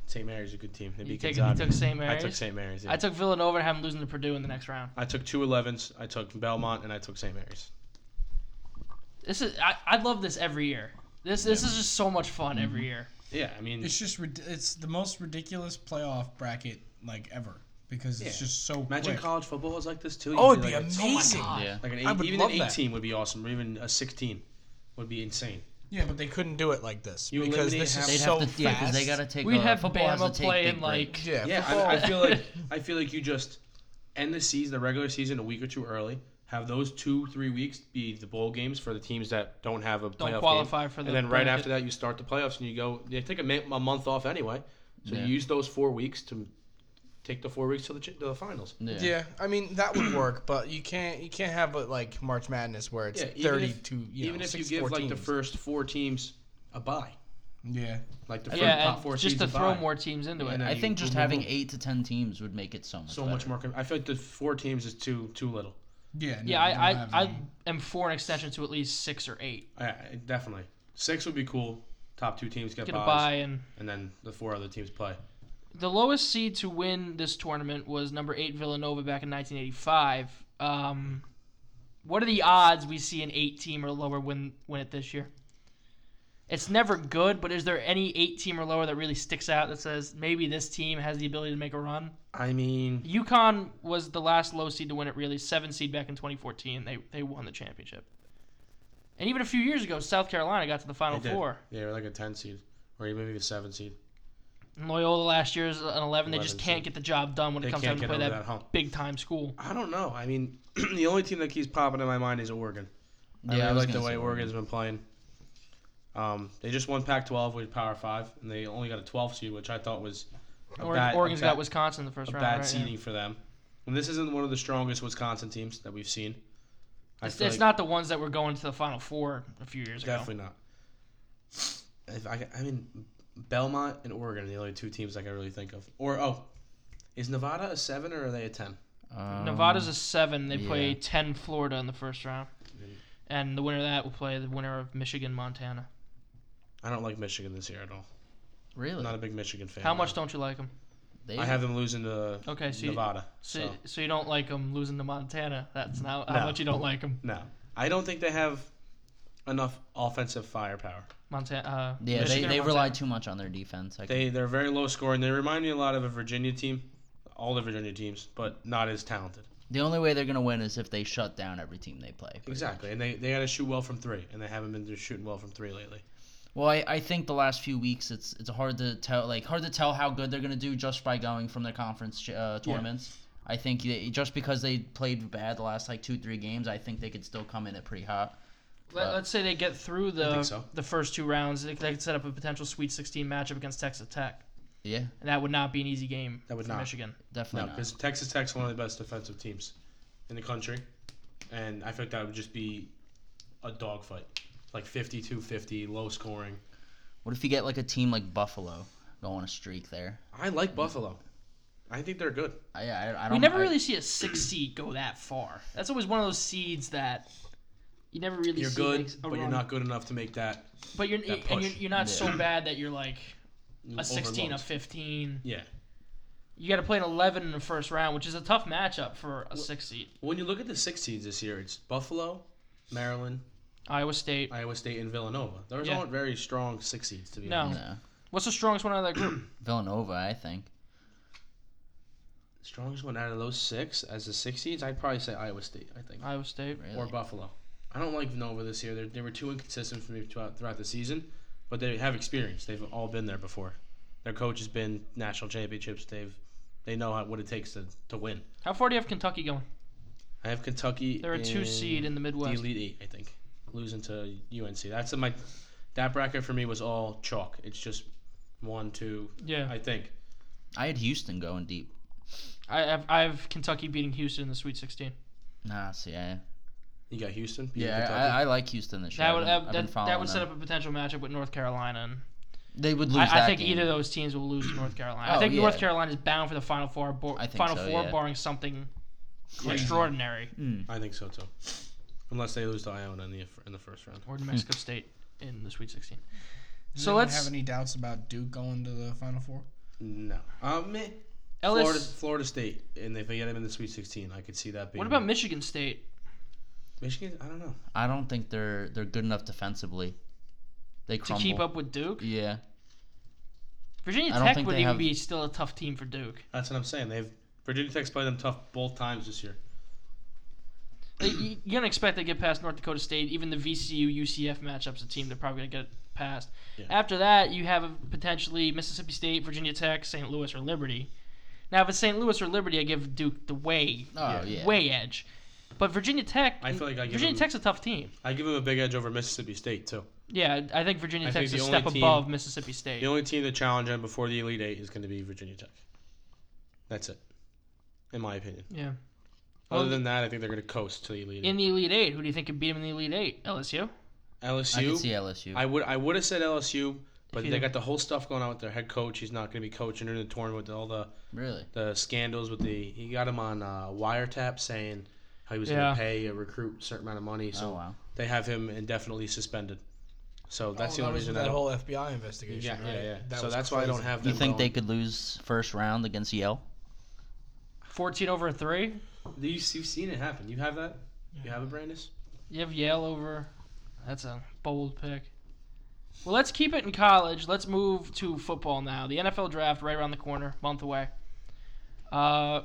Speaker 3: St. Mary's is a good team. They
Speaker 1: You
Speaker 3: beat
Speaker 1: take, you
Speaker 3: Gonzaga.
Speaker 1: took St.
Speaker 3: I
Speaker 1: Mary's.
Speaker 3: took St. Mary's. Yeah.
Speaker 1: I took Villanova and have them losing to Purdue in the next round.
Speaker 3: I took two 11s. I took Belmont and I took St. Mary's.
Speaker 1: This is I, I love this every year. This this is just so much fun
Speaker 3: Mm-hmm.
Speaker 1: every year.
Speaker 3: Yeah, I mean,
Speaker 5: It's just rid- it's the most ridiculous playoff bracket like ever because it's
Speaker 3: Yeah.
Speaker 5: just so
Speaker 3: imagine
Speaker 5: quick.
Speaker 3: college football is like this too. You
Speaker 4: Oh,
Speaker 3: could
Speaker 4: it'd be
Speaker 3: like, a-
Speaker 4: amazing.
Speaker 2: yeah.
Speaker 3: Like an
Speaker 4: I
Speaker 3: eight,
Speaker 4: would
Speaker 3: even
Speaker 4: love
Speaker 3: an 18
Speaker 4: that.
Speaker 3: would be awesome, or even a 16 would be insane.
Speaker 5: yeah,
Speaker 4: But they couldn't do it like this
Speaker 3: You
Speaker 4: because
Speaker 3: eliminate
Speaker 4: this
Speaker 3: half-
Speaker 4: is
Speaker 2: They'd
Speaker 4: so
Speaker 2: have to, yeah, because
Speaker 4: fast.
Speaker 2: they gotta take.
Speaker 1: We'd
Speaker 2: uh,
Speaker 1: have
Speaker 2: football has to
Speaker 1: Bama
Speaker 2: take
Speaker 1: playing
Speaker 2: big breaks.
Speaker 1: like
Speaker 4: yeah,
Speaker 3: Yeah,
Speaker 4: football-
Speaker 3: I, I feel like I feel like you just end the season, the regular season, a week or two early. Have those two, three weeks be the bowl games for the teams that don't have a playoff game.
Speaker 1: qualify for the
Speaker 3: and then right
Speaker 1: bracket.
Speaker 3: after that you start the playoffs and you go. They take a, ma- a month off anyway, so
Speaker 2: Yeah.
Speaker 3: you use those four weeks to take the four weeks to the, ch- to the finals.
Speaker 2: Yeah.
Speaker 4: Yeah, I mean that would work, but you can't you can't have it like March Madness where it's
Speaker 3: Yeah, even
Speaker 4: thirty
Speaker 3: if,
Speaker 4: to you
Speaker 3: even
Speaker 4: know,
Speaker 3: if you
Speaker 4: six,
Speaker 3: give
Speaker 4: four
Speaker 3: like the
Speaker 4: teams.
Speaker 3: first four teams a bye,
Speaker 5: yeah.
Speaker 3: like the first
Speaker 1: yeah,
Speaker 3: top
Speaker 1: and
Speaker 3: four
Speaker 1: just
Speaker 3: seeds
Speaker 1: to
Speaker 3: a
Speaker 1: throw
Speaker 3: bye.
Speaker 1: more teams into
Speaker 3: And
Speaker 1: it.
Speaker 3: then
Speaker 2: I
Speaker 3: you
Speaker 2: think just
Speaker 3: move
Speaker 2: having
Speaker 3: on.
Speaker 2: eight to ten teams would make it so much.
Speaker 3: Mm-hmm. so
Speaker 2: better.
Speaker 3: much more. com- I feel like the four teams is too too little.
Speaker 5: Yeah, no,
Speaker 1: Yeah,
Speaker 5: we don't
Speaker 1: I, I,
Speaker 5: have
Speaker 1: I
Speaker 5: any.
Speaker 1: am for an extension to at least six or eight.
Speaker 3: I, I- definitely six would be cool. Top two teams get,
Speaker 1: Get a
Speaker 3: buys,
Speaker 1: bye, and
Speaker 3: and then the four other teams play.
Speaker 1: the lowest seed to win this tournament was number eight Villanova back in 1985. Um, what are the odds we see an eight team or lower win win it this year? It's never good, but is there any eight team or lower that really sticks out that says maybe this team has the ability to make a run?
Speaker 3: I mean,
Speaker 1: UConn was the last low seed to win it, really. Seven seed back in 2014. They, they won the championship. And even a few years ago, South Carolina got to the Final
Speaker 3: they did.
Speaker 1: Four.
Speaker 3: Yeah, we're like a ten seed, or even maybe a seven seed.
Speaker 1: And Loyola last year is an 11. They
Speaker 3: 11
Speaker 1: just
Speaker 3: seed.
Speaker 1: can't get the job done when
Speaker 3: They
Speaker 1: it comes
Speaker 3: can't get
Speaker 1: time to play
Speaker 3: over
Speaker 1: that,
Speaker 3: that hump.
Speaker 1: big time school.
Speaker 3: I don't know. I mean, the only team that keeps popping in my mind is Oregon. I really
Speaker 2: I was
Speaker 3: like the
Speaker 2: gonna
Speaker 3: way
Speaker 2: say
Speaker 3: Oregon's been playing. Um, they just won Pac-12 with Power Five, and they only got a 12 seed, which I thought was a
Speaker 1: Or,
Speaker 3: bad,
Speaker 1: Oregon's
Speaker 3: a
Speaker 1: got
Speaker 3: bad,
Speaker 1: Wisconsin in the first
Speaker 3: a
Speaker 1: round.
Speaker 3: bad
Speaker 1: right? Yeah.
Speaker 3: seeding for them. And this isn't one of the strongest Wisconsin teams that we've seen. I
Speaker 1: It's,
Speaker 3: feel
Speaker 1: it's
Speaker 3: like-
Speaker 1: not the ones that were going to the Final Four a few years ago.
Speaker 3: Definitely not. If I, I mean, Belmont and Oregon are the only two teams I can really think of. Or oh, is Nevada a seven or are they a ten?
Speaker 2: Um,
Speaker 1: Nevada's a seven. They play
Speaker 2: yeah.
Speaker 1: ten Florida in the first round, and the winner of that will play the winner of Michigan Montana.
Speaker 3: I don't like Michigan this year at all.
Speaker 2: really.
Speaker 3: I'm not a big Michigan fan.
Speaker 1: How much don't you like them?
Speaker 2: They-
Speaker 3: I have them losing to
Speaker 1: Okay, so you-
Speaker 3: Nevada.
Speaker 1: So,
Speaker 3: so
Speaker 1: so you don't like them losing to Montana? That's not how
Speaker 3: No.
Speaker 1: much you don't like them.
Speaker 3: no, I don't think they have enough offensive firepower.
Speaker 1: Montana. Uh,
Speaker 2: Yeah, they,
Speaker 1: Michigan or
Speaker 2: they
Speaker 1: Montana?
Speaker 2: rely too much on their defense. I
Speaker 3: They they're very low scoring. They remind me a lot of a Virginia team, all the Virginia teams, but not as talented.
Speaker 2: The only way they're gonna win is if they shut down every team they play.
Speaker 3: Exactly, and they they got to shoot well from three, and they haven't been shooting well from three lately.
Speaker 2: Well, I, I think the last few weeks it's it's hard to tell like hard to tell how good they're gonna do just by going from their conference ch- uh, tournaments. I think they, just because they played bad the last like two three games, I think they could still come in it pretty hot.
Speaker 1: Let, let's say they get through the
Speaker 3: think so.
Speaker 1: the first two rounds. They, they could set up a potential Sweet 16 matchup against Texas Tech,
Speaker 2: Yeah,
Speaker 1: and that would not be an easy game.
Speaker 3: That would
Speaker 1: for
Speaker 3: not.
Speaker 1: Michigan.
Speaker 3: No,
Speaker 2: definitely. not.
Speaker 3: because Texas Tech's one of the best defensive teams in the country, and I feel like that would just be a dogfight. like 52-50, low scoring.
Speaker 2: What if you get like a team like Buffalo go on a streak there?
Speaker 3: I like Buffalo. I think they're good.
Speaker 2: I I, I don't.
Speaker 1: We never
Speaker 2: I-
Speaker 1: really see a six seed go that far. That's always one of those seeds that you never really
Speaker 3: You're
Speaker 1: see
Speaker 3: good,
Speaker 1: makes a
Speaker 3: but you're
Speaker 1: run.
Speaker 3: not good enough to make that
Speaker 1: But you're
Speaker 3: that
Speaker 1: and you're,
Speaker 3: push.
Speaker 1: you're not so
Speaker 2: Yeah.
Speaker 1: bad that you're like a 16, a
Speaker 3: overlooked.
Speaker 1: 15.
Speaker 3: Yeah.
Speaker 1: You got to play an 11 in the first round, which is a tough matchup for a six seed.
Speaker 3: When you look at the six seeds this year, it's Buffalo, Maryland,
Speaker 1: Iowa State.
Speaker 3: Iowa State, and Villanova. Those
Speaker 1: Yeah.
Speaker 3: aren't very strong six seeds to be
Speaker 1: No.
Speaker 3: honest.
Speaker 2: No.
Speaker 1: What's the strongest one out of that group?
Speaker 2: Villanova, I think.
Speaker 3: Strongest one out of those six as the six seeds, I'd probably say Iowa State. I think
Speaker 1: Iowa State.
Speaker 2: Really.
Speaker 3: or Buffalo. I don't like Villanova this year. They're, they were too inconsistent for me throughout, throughout the season, but they have experience. They've all been there before. Their coach has been national championships. They've they know how, what it takes to, to win.
Speaker 1: How far do you have Kentucky going?
Speaker 3: I have Kentucky.
Speaker 1: They're a two seed in the Midwest.
Speaker 3: The Elite Eight, I think, losing to UNC. That's my that bracket for me was all chalk. It's just one, two.
Speaker 1: Yeah,
Speaker 3: I think
Speaker 2: I had Houston going deep.
Speaker 1: I have, I have Kentucky beating Houston in the Sweet 16.
Speaker 2: Nah, see, I,
Speaker 3: you got Houston. beating
Speaker 2: yeah,
Speaker 3: Kentucky.
Speaker 2: I, I, I like Houston this year.
Speaker 1: That would
Speaker 2: I've been,
Speaker 1: that,
Speaker 2: I've been
Speaker 1: that,
Speaker 2: following
Speaker 1: would set
Speaker 2: them.
Speaker 1: up a potential matchup with North Carolina. And
Speaker 2: They would lose
Speaker 1: I,
Speaker 2: that
Speaker 1: I think
Speaker 2: game.
Speaker 1: either of those teams will lose to North Carolina. I
Speaker 2: Oh,
Speaker 1: think North
Speaker 2: yeah.
Speaker 1: Carolina is bound for the Final Four, bo-
Speaker 2: I think
Speaker 1: Final
Speaker 2: so,
Speaker 1: Four,
Speaker 2: yeah.
Speaker 1: barring something extraordinary
Speaker 2: Mm.
Speaker 3: I think so too. Unless they lose to Iona in the in the first round.
Speaker 1: or New
Speaker 2: Hmm.
Speaker 1: Mexico State in the Sweet 16. So
Speaker 5: anyone
Speaker 1: let's
Speaker 5: have any doubts about Duke going to the Final Four?
Speaker 3: No. Um, eh,
Speaker 1: Ellis.
Speaker 3: Florida, Florida State, and if they get them in the Sweet 16, I could see that being.
Speaker 1: What about Michigan State?
Speaker 3: Michigan? I don't know.
Speaker 2: I don't think they're they're good enough defensively. They
Speaker 1: To
Speaker 2: crumble.
Speaker 1: keep up with Duke,
Speaker 2: Yeah.
Speaker 1: Virginia
Speaker 2: I don't
Speaker 1: Tech
Speaker 2: think
Speaker 1: would
Speaker 2: they
Speaker 1: even
Speaker 2: have-
Speaker 1: be still a tough team for Duke.
Speaker 3: That's what I'm saying. They've Virginia Tech's played them tough both times this year.
Speaker 1: They- you- You're gonna expect to get past North Dakota State. Even the VCU UCF matchups, a team they're probably gonna get past.
Speaker 3: Yeah.
Speaker 1: After that, you have potentially Mississippi State, Virginia Tech, St. Louis, or Liberty. Now, if it's St. Louis or Liberty, I give Duke the way,
Speaker 2: Oh yeah.
Speaker 1: way edge. But Virginia Tech,
Speaker 3: I feel like I give
Speaker 1: Virginia
Speaker 3: them-
Speaker 1: Tech's a tough team.
Speaker 3: I give them a big edge over Mississippi State too.
Speaker 1: Yeah, I- I think Virginia
Speaker 3: I think
Speaker 1: Tech's
Speaker 3: the
Speaker 1: a
Speaker 3: only
Speaker 1: step
Speaker 3: team-
Speaker 1: above Mississippi State.
Speaker 3: The only team to challenge them before the Elite Eight is going to be Virginia Tech. That's it, in my opinion.
Speaker 1: yeah.
Speaker 3: Other than that, I think they're going to coast to the Elite
Speaker 1: In
Speaker 3: Eight.
Speaker 1: the Elite Eight, who do you think could beat them in the Elite Eight? LSU.
Speaker 2: I can see
Speaker 3: LSU.
Speaker 2: LSU.
Speaker 3: I would I would have said LSU, but
Speaker 1: If you
Speaker 3: they
Speaker 1: don't-
Speaker 3: got the whole stuff going on with their head coach. He's not going to be coaching during the tournament with all the
Speaker 2: really.
Speaker 3: the scandals with the he got him on uh, wiretap saying how he was
Speaker 1: Yeah.
Speaker 3: going to pay a recruit a certain amount of money, so
Speaker 2: oh wow.
Speaker 3: they have him indefinitely suspended. So that's the
Speaker 4: Oh, that
Speaker 3: only
Speaker 4: was
Speaker 3: reason I
Speaker 4: that
Speaker 3: don't-
Speaker 4: whole FBI investigation.
Speaker 3: yeah,
Speaker 4: right?
Speaker 3: yeah, yeah.
Speaker 4: That
Speaker 3: so
Speaker 4: was
Speaker 3: that's why I don't
Speaker 4: crazy.
Speaker 3: have.
Speaker 2: You
Speaker 3: them
Speaker 2: think they
Speaker 3: going.
Speaker 2: could lose first round against Yale?
Speaker 1: 14 over a three.
Speaker 3: You, have seen it happen. You have that. You have it, Brandis.
Speaker 1: You have Yale over. That's a bold pick. Well, let's keep it in college. Let's move to football now. The NFL draft right around the corner, month away. Uh,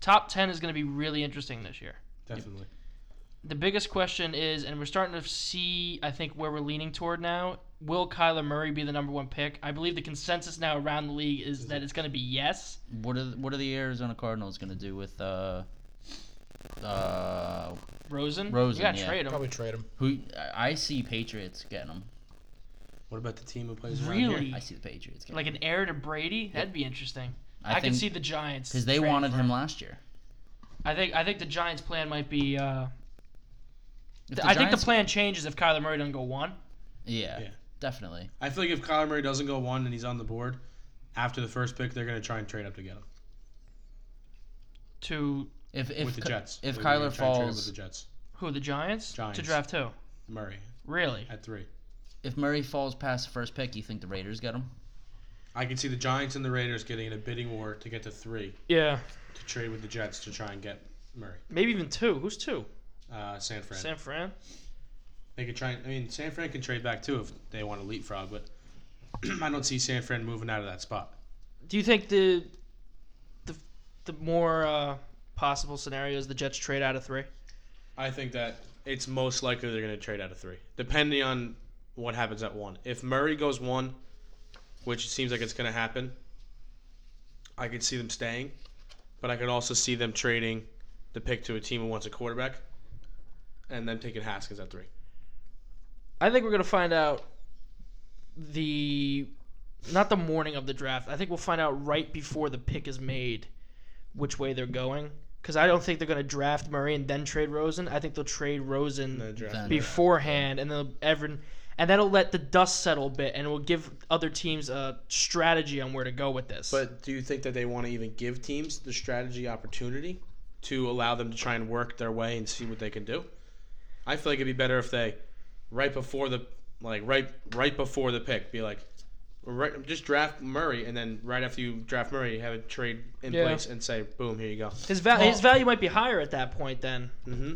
Speaker 1: top 10 is going to be really interesting this year.
Speaker 3: Definitely.
Speaker 1: The biggest question is, and we're starting to see, I think, where we're leaning toward now. Will Kyler Murray be the number one pick? I believe the consensus now around the league is that it's going to be yes.
Speaker 2: What are th- what are the Arizona Cardinals gonna do with uh uh
Speaker 1: Rosen,
Speaker 2: Rosen,
Speaker 1: you got to
Speaker 2: yeah.
Speaker 1: trade him.
Speaker 4: Probably trade him.
Speaker 2: who I I see Patriots getting them.
Speaker 3: What about the team who plays around here?
Speaker 1: Really,
Speaker 2: I see the Patriots getting
Speaker 1: like
Speaker 2: 'em.
Speaker 1: an heir to Brady? That'd be interesting. I,
Speaker 2: I,
Speaker 1: can
Speaker 2: think
Speaker 1: see the Giants
Speaker 2: because they
Speaker 1: trading
Speaker 2: wanted
Speaker 1: for
Speaker 2: him last year.
Speaker 1: I think I think the Giants' plan might be. Uh,
Speaker 2: If
Speaker 1: th- I think
Speaker 2: Giants-
Speaker 1: the plan changes if Kyler Murray doesn't go one.
Speaker 2: Yeah,
Speaker 3: Yeah.
Speaker 2: definitely.
Speaker 3: I feel like if Kyler Murray doesn't go one and he's on the board after the first pick, they're going to try and trade up to get him
Speaker 1: To
Speaker 2: If if
Speaker 3: with the
Speaker 2: Ky-
Speaker 3: Jets.
Speaker 2: if
Speaker 3: They're gonna
Speaker 2: Kyler
Speaker 3: try and trade up with
Speaker 2: falls
Speaker 3: the Jets,
Speaker 1: who? The Giants?
Speaker 3: Giants.
Speaker 1: To draft who?
Speaker 3: Murray
Speaker 1: Really?
Speaker 3: at three.
Speaker 2: if Murray falls past the first pick, you think the Raiders get him?
Speaker 3: I can see the Giants and the Raiders getting in a bidding war to get to three
Speaker 1: Yeah.
Speaker 3: to trade with the Jets to try and get Murray.
Speaker 1: Maybe even two. Who's two?
Speaker 3: Uh, San Fran.
Speaker 1: San Fran.
Speaker 3: They could try. I mean, San Fran can trade back too if they want to leapfrog, but I don't see San Fran moving out of that spot.
Speaker 1: Do you think the the the more uh, possible scenario is the Jets trade out of three?
Speaker 3: I think that it's most likely they're going to trade out of three, depending on what happens at one. If Murray goes one, which seems like it's going to happen, I could see them staying, but I could also see them trading the pick to a team who wants a quarterback, and then taking Haskins at three.
Speaker 1: I think we're gonna find out the not the morning of the draft. I think we'll find out right before the pick is made which way they're going. because I don't think they're going to draft Murray and then trade Rosen. I think they'll trade Rosen
Speaker 4: The draft.
Speaker 2: Then-
Speaker 1: beforehand, and then everyone, and that'll let the dust settle a bit, and will give other teams a strategy on where to go with this.
Speaker 3: But do you think that they want to even give teams the strategy opportunity to allow them to try and work their way and see what they can do? I feel like it'd be better if they, right before the like right right before the pick, be like, right, just draft Murray, and then right after you draft Murray, have a trade in
Speaker 1: Yeah.
Speaker 3: place and say, boom, here you go.
Speaker 1: his val-
Speaker 5: Well-
Speaker 1: his value might be higher at that point. Then
Speaker 3: Mm-hmm.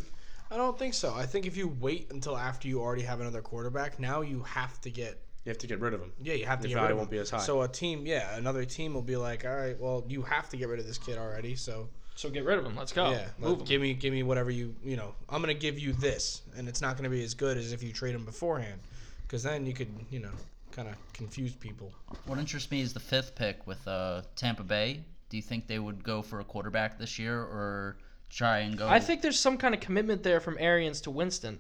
Speaker 4: I don't think so. I think if you wait until after you already have another quarterback, now you have to get
Speaker 3: You have to get rid of him.
Speaker 4: yeah, you have to
Speaker 3: Your
Speaker 4: get rid
Speaker 3: value
Speaker 4: of
Speaker 3: won't
Speaker 4: him.
Speaker 3: be as high.
Speaker 4: So a team, yeah, another team will be like, all right, well, you have to get rid of this kid already. So
Speaker 1: so get rid of him. Let's
Speaker 3: Oh,
Speaker 1: go.
Speaker 4: yeah,
Speaker 1: Move
Speaker 4: like,
Speaker 1: him.
Speaker 4: give me give me whatever you you know. I'm gonna give you this, and it's not gonna be as good as if you trade him beforehand, because then you could you know kind of confuse people.
Speaker 2: What interests me is the fifth pick with uh, Tampa Bay. Do you think they would go for a quarterback this year or try and go?
Speaker 1: I think there's some kind of commitment there from Arians to Winston,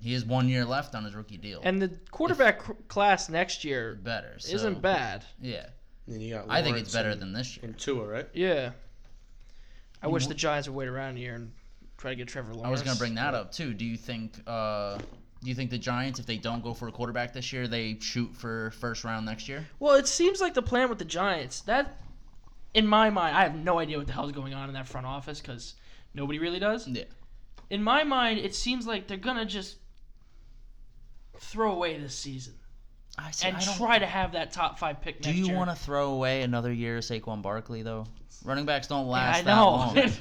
Speaker 2: he has one year left on his rookie deal.
Speaker 1: and the quarterback cr- class next year
Speaker 2: better so-
Speaker 1: isn't bad.
Speaker 2: Yeah,
Speaker 3: And you got
Speaker 2: I think
Speaker 3: Lawrence
Speaker 2: it's better
Speaker 3: and-
Speaker 2: than this year.
Speaker 3: and Tua, right?
Speaker 1: Yeah. I wish the Giants would wait around a year and try to get Trevor Lawrence.
Speaker 2: I was gonna bring that up too. Do you think? Uh, do you think the Giants, if they don't go for a quarterback this year, they shoot for first round next year?
Speaker 1: Well, it seems like the plan with the Giants that, in my mind, I have no idea what the hell's going on in that front office because nobody really does.
Speaker 2: Yeah.
Speaker 1: In my mind, it seems like they're gonna just throw away this season
Speaker 2: I see.
Speaker 1: and
Speaker 2: I don't-
Speaker 1: try to have that top five pick
Speaker 2: Do
Speaker 1: next
Speaker 2: you
Speaker 1: year.
Speaker 2: want to throw away another year of Saquon Barkley though? Running backs don't
Speaker 1: Yeah, I
Speaker 2: last that
Speaker 1: know.
Speaker 2: long.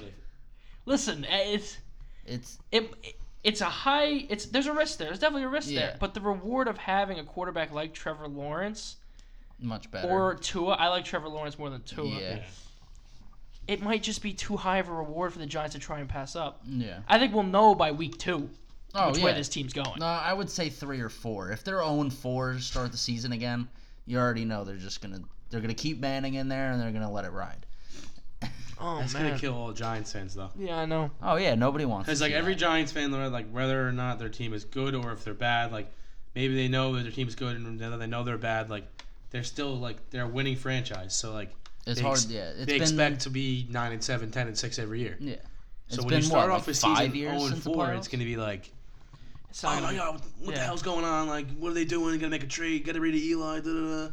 Speaker 1: Listen, eh, it's
Speaker 2: It's
Speaker 1: it, it's a high it's there's a risk there. There's definitely a risk
Speaker 2: Yeah.
Speaker 1: there, but the reward of having a quarterback like Trevor Lawrence
Speaker 2: much better.
Speaker 1: or Tua, I like Trevor Lawrence more than Tua.
Speaker 2: yeah,
Speaker 1: It might just be too high of a reward for the Giants to try and pass up.
Speaker 2: yeah.
Speaker 1: I think we'll know by week two
Speaker 2: Oh
Speaker 1: which
Speaker 2: yeah.
Speaker 1: way this team's going.
Speaker 2: No, I would say three or four. If they're 0 4 to start the season again, you already know they're just gonna they're gonna keep Manning in there and they're gonna let it ride.
Speaker 1: oh
Speaker 3: That's gonna kill all Giants fans though.
Speaker 1: Yeah, I know.
Speaker 2: Oh yeah, nobody wants.
Speaker 3: Because
Speaker 2: to
Speaker 3: like
Speaker 2: see
Speaker 3: every
Speaker 2: that.
Speaker 3: Giants fan, they're like whether or not their team is good or if they're bad, like maybe they know that their team's good and then they know they're bad, like they're still like they're a winning franchise. So like
Speaker 2: it's
Speaker 3: they
Speaker 2: hard.
Speaker 3: ex-
Speaker 2: Yeah, it's
Speaker 3: they
Speaker 2: been
Speaker 3: expect to be nine and seven, 10 and six every year.
Speaker 2: yeah. It's
Speaker 3: so
Speaker 2: been
Speaker 3: when you start
Speaker 2: what,
Speaker 3: off
Speaker 2: like
Speaker 3: a season
Speaker 2: five years
Speaker 3: zero and
Speaker 2: since the
Speaker 3: four,
Speaker 2: playoffs?
Speaker 3: it's gonna be like,
Speaker 1: It's
Speaker 3: oh
Speaker 1: not gonna
Speaker 3: my
Speaker 1: be-
Speaker 3: god, what the
Speaker 1: yeah.
Speaker 3: hell's going on? Like, what are they doing? Gonna make a trade? Gotta rid of Eli? Da, da, da.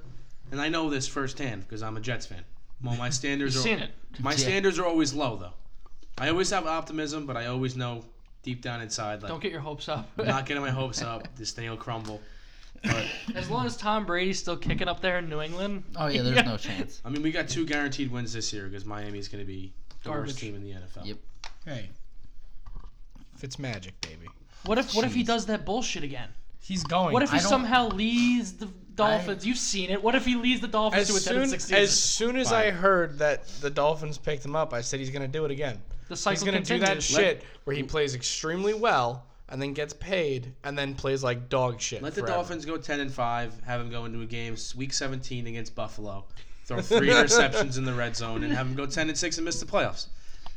Speaker 3: And I know this firsthand because I'm a Jets fan. Well, my standards
Speaker 1: You've
Speaker 3: are
Speaker 1: seen it.
Speaker 3: my
Speaker 2: Yeah.
Speaker 3: standards are always low though. I always have optimism, but I always know deep down inside, like
Speaker 1: Don't get your hopes up.
Speaker 3: I'm not getting my hopes up. This thing will crumble. But
Speaker 1: as long as Tom Brady's still kicking up there in New England.
Speaker 2: Oh yeah, there's
Speaker 1: Yeah.
Speaker 2: no chance.
Speaker 3: I mean, we got two guaranteed wins this year because Miami's going to be the
Speaker 1: Garbage.
Speaker 3: worst team in the NFL.
Speaker 2: Yep.
Speaker 5: Hey,
Speaker 4: If it's magic, baby.
Speaker 1: What if what if he
Speaker 2: Jeez.
Speaker 1: does that bullshit again?
Speaker 5: he's going.
Speaker 1: What if he
Speaker 2: I don't-
Speaker 1: somehow leads the Dolphins? You've seen it. What if he leads the Dolphins
Speaker 4: As
Speaker 1: to a 10
Speaker 4: soon,
Speaker 1: 6
Speaker 4: as
Speaker 1: season?
Speaker 4: soon as I heard that the Dolphins picked him up, I said he's gonna do it again.
Speaker 1: The cycle
Speaker 4: He's gonna
Speaker 1: continues.
Speaker 4: do that shit where he plays extremely well and then gets paid and then plays like dog shit.
Speaker 3: Let the
Speaker 4: forever.
Speaker 3: Dolphins go 10 and 5, have them go into a game s- week 17 against Buffalo, throw three interceptions in the red zone, and have them go 10 and 6 and miss the playoffs.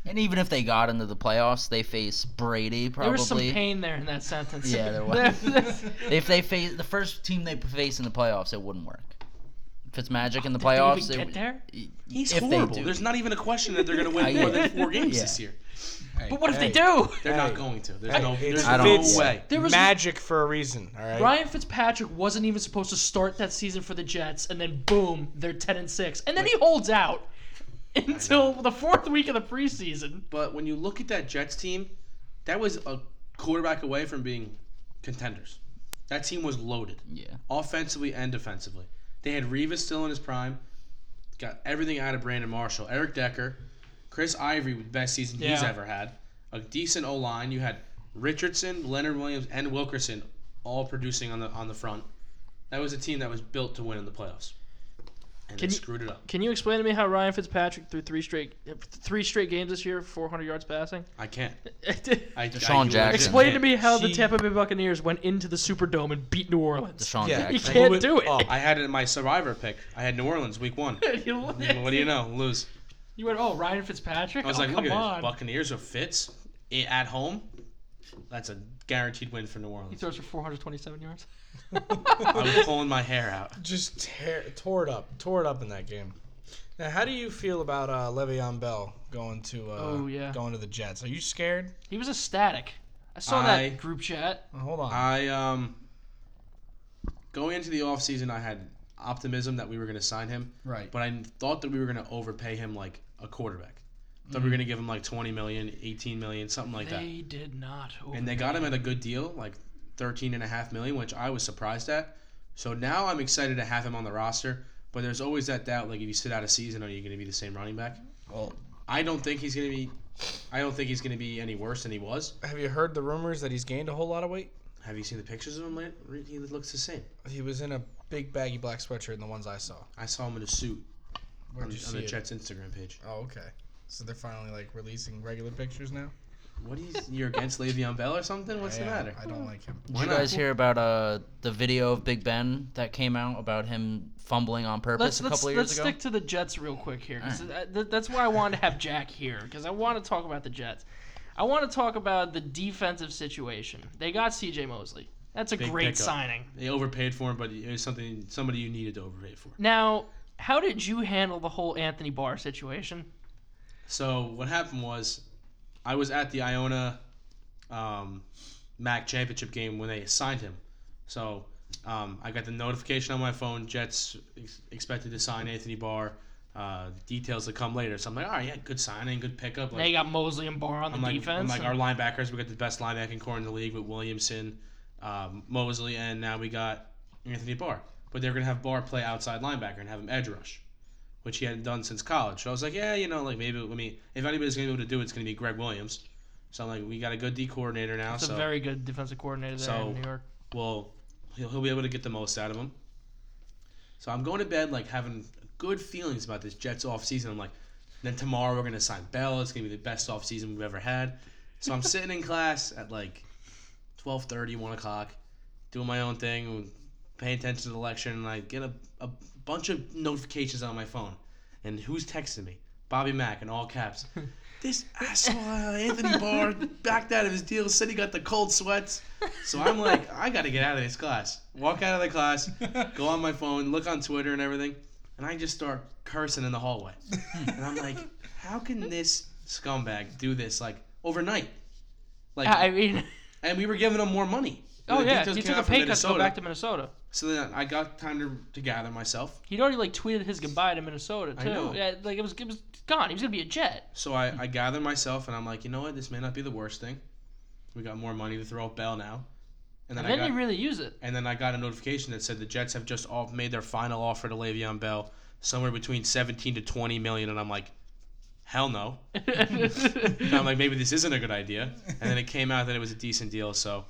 Speaker 2: And even if they got into the playoffs, they face Brady probably.
Speaker 1: There was some pain there in that sentence.
Speaker 2: Yeah, there was. if they face the first team they face in the playoffs, it wouldn't work. If it's Magic in the
Speaker 1: Did they even
Speaker 2: playoffs, it
Speaker 1: get
Speaker 2: would-
Speaker 1: there?
Speaker 3: He's
Speaker 2: if
Speaker 3: horrible.
Speaker 2: They do.
Speaker 3: There's not even a question that they're going to win
Speaker 2: Yeah.
Speaker 3: more than four games
Speaker 2: Yeah.
Speaker 3: this year.
Speaker 1: But what if they
Speaker 4: Hey.
Speaker 1: do?
Speaker 3: They're
Speaker 4: Hey.
Speaker 3: not going to. There's no,
Speaker 4: Hey,
Speaker 3: there's
Speaker 4: it's-
Speaker 3: no
Speaker 4: it's-
Speaker 3: way.
Speaker 1: There was
Speaker 4: magic for a reason, all right?
Speaker 1: Ryan Fitzpatrick wasn't even supposed to start that season for the Jets, and then boom, they're ten and six, and then he holds out until the fourth week of the preseason.
Speaker 3: But when you look at that Jets team, that was a quarterback away from being contenders. That team was loaded.
Speaker 2: Yeah.
Speaker 3: offensively and defensively. They had Revis still in his prime, got everything out of Brandon Marshall, Eric Decker, Chris Ivory with the best season he's
Speaker 1: Yeah.
Speaker 3: ever had, a decent O line. You had Richardson, Leonard Williams, and Wilkerson all producing on the on the front. That was a team that was built to win in the playoffs, and
Speaker 1: Can
Speaker 3: they
Speaker 1: you-
Speaker 3: screwed it up.
Speaker 1: Can you explain to me how Ryan Fitzpatrick threw three straight three straight games this year, 400 yards passing?
Speaker 3: I can't.
Speaker 1: explain
Speaker 3: I,
Speaker 2: Deshaun
Speaker 3: I, you
Speaker 2: Jackson.
Speaker 3: legit
Speaker 1: to me
Speaker 3: can't.
Speaker 1: how the
Speaker 5: She-
Speaker 1: Tampa Bay Buccaneers went into the Superdome and beat New Orleans.
Speaker 2: Deshaun
Speaker 4: Yeah.
Speaker 1: You
Speaker 2: Jackson.
Speaker 1: can't
Speaker 4: Blew it
Speaker 1: do it.
Speaker 4: up.
Speaker 3: I had it in my survivor pick. I had New Orleans week one.
Speaker 1: you,
Speaker 3: what do you know? Lose.
Speaker 1: You went, oh, Ryan Fitzpatrick.
Speaker 3: I was
Speaker 1: oh,
Speaker 3: like,
Speaker 1: come
Speaker 3: look at
Speaker 1: on.
Speaker 3: this. Buccaneers are fits i- at home. That's a guaranteed win for New
Speaker 1: He
Speaker 3: Orleans.
Speaker 1: throws for 427 yards.
Speaker 3: I was pulling my hair out.
Speaker 4: Just tear, tore it up, tore it up in that game. Now, how do you feel about uh, Le'Veon Bell going to uh,
Speaker 1: Oh, yeah.
Speaker 4: going to the Jets? Are you scared?
Speaker 1: He was ecstatic. I saw
Speaker 3: I-
Speaker 1: that group chat.
Speaker 4: Oh, hold on.
Speaker 3: I um going into the offseason I had optimism that we were going to sign him,
Speaker 5: Right.
Speaker 3: but I thought that we were going to overpay him like a quarterback. Thought
Speaker 1: Mm.
Speaker 3: we were going to give him like 20 million, 18 million, something like that.
Speaker 1: They did not. Over-
Speaker 3: And they got him at a good deal, like 13 and a half million, which I was surprised at. So now I'm excited to have him on the roster, but there's always that doubt like if you sit out a season are you going to be the same running back?
Speaker 4: well,
Speaker 3: I don't think he's going to be I don't think he's going to be any worse than he was.
Speaker 4: have you heard the rumors that he's gained a whole lot of weight?
Speaker 3: Have you seen the pictures of him? Lan- He looks the same.
Speaker 4: He was in a big baggy black sweatshirt in the ones I saw.
Speaker 3: I saw him in a suit
Speaker 4: Where'd
Speaker 3: on,
Speaker 4: you
Speaker 3: on
Speaker 4: see
Speaker 3: the
Speaker 4: it?
Speaker 3: Jets Instagram page.
Speaker 4: Oh, okay. So they're finally like releasing regular pictures now.
Speaker 3: What is you're against Le'Veon Bell or something? What's
Speaker 4: I
Speaker 3: the
Speaker 4: am.
Speaker 3: matter?
Speaker 4: I don't like him.
Speaker 2: Did
Speaker 3: Why
Speaker 2: you
Speaker 3: not?
Speaker 2: guys hear about uh the video of Big Ben that came out about him fumbling on purpose
Speaker 1: let's
Speaker 2: a
Speaker 1: let's,
Speaker 2: couple of
Speaker 1: let's
Speaker 2: years ago?
Speaker 1: stick to the Jets real quick here. 'cause that- that- that's why I wanted to have Jack here because I want to talk about the Jets. I want to talk about the defensive situation. They got C.J. Mosley. That's a
Speaker 3: Big
Speaker 1: great
Speaker 3: pickup.
Speaker 1: signing.
Speaker 3: They overpaid for him, but it was something somebody you needed to overpay for.
Speaker 1: Now, how did you handle the whole Anthony Barr situation?
Speaker 3: So what happened was, I was at the Iona um, MAC championship game when they signed him. So um, I got the notification on my phone. Jets ex- expected to sign Anthony Barr. Uh, details to come later. So I'm like, all right, yeah, good signing, good pickup.
Speaker 1: Now
Speaker 3: Like,
Speaker 1: you got Mosley and Barr on the
Speaker 3: I'm like,
Speaker 1: defense.
Speaker 3: I'm like
Speaker 1: and-
Speaker 3: our linebackers. We got the best linebacking core in the league with Williamson, um, Mosley, and now we got Anthony Barr. But they're gonna have Barr play outside linebacker and have him edge rush, which he hadn't done since college. So I was like, yeah, you know, like maybe I mean, if anybody's gonna be able to do it, it's gonna be Greg Williams. So I'm like, we got a good D coordinator now.
Speaker 1: It's
Speaker 3: so
Speaker 1: a very good defensive coordinator there
Speaker 3: So-
Speaker 1: in New York.
Speaker 3: well, he'll, he'll be able to get the most out of him. So I'm going to bed like having good feelings about this Jets off season. I'm like, then tomorrow we're gonna sign Bell. It's gonna be the best off season we've ever had. So I'm sitting in class at like 12:30, 1 o'clock, doing my own thing, paying attention to the lecture, and I get a, a bunch of notifications on my phone. And who's texting me? Bobby Mack in all caps. This asshole uh, Anthony Barr backed out of his deal. Said he got the cold sweats. So I'm like, I gotta get out of this class. Walk out of the class, go on my phone, look on Twitter and everything, and I just start cursing in the hallway. And I'm like, how can this scumbag do this like overnight? Like,
Speaker 1: I mean,
Speaker 3: and we were giving him more money.
Speaker 1: oh
Speaker 3: The
Speaker 1: yeah,
Speaker 3: details
Speaker 1: he
Speaker 3: came
Speaker 1: took a
Speaker 3: out from
Speaker 1: pay cut to go
Speaker 3: Minnesota.
Speaker 1: back to Minnesota.
Speaker 3: So then I got time to, to gather myself.
Speaker 1: He'd already like tweeted his goodbye to Minnesota too.
Speaker 3: I know.
Speaker 1: Yeah, like it was it was gone. He was gonna be a Jet.
Speaker 3: So I, I gathered myself and I'm like, you know what? This may not be the worst thing. We got more money to throw at Bell now. And then,
Speaker 1: And then
Speaker 3: I got,
Speaker 1: you really use it.
Speaker 3: and then I got a notification that said the Jets have just all made their final offer to Le'Veon Bell, somewhere between 17 to 20 million, and I'm like, hell no. And I'm like, maybe this isn't a good idea. And then it came out that it was a decent deal, so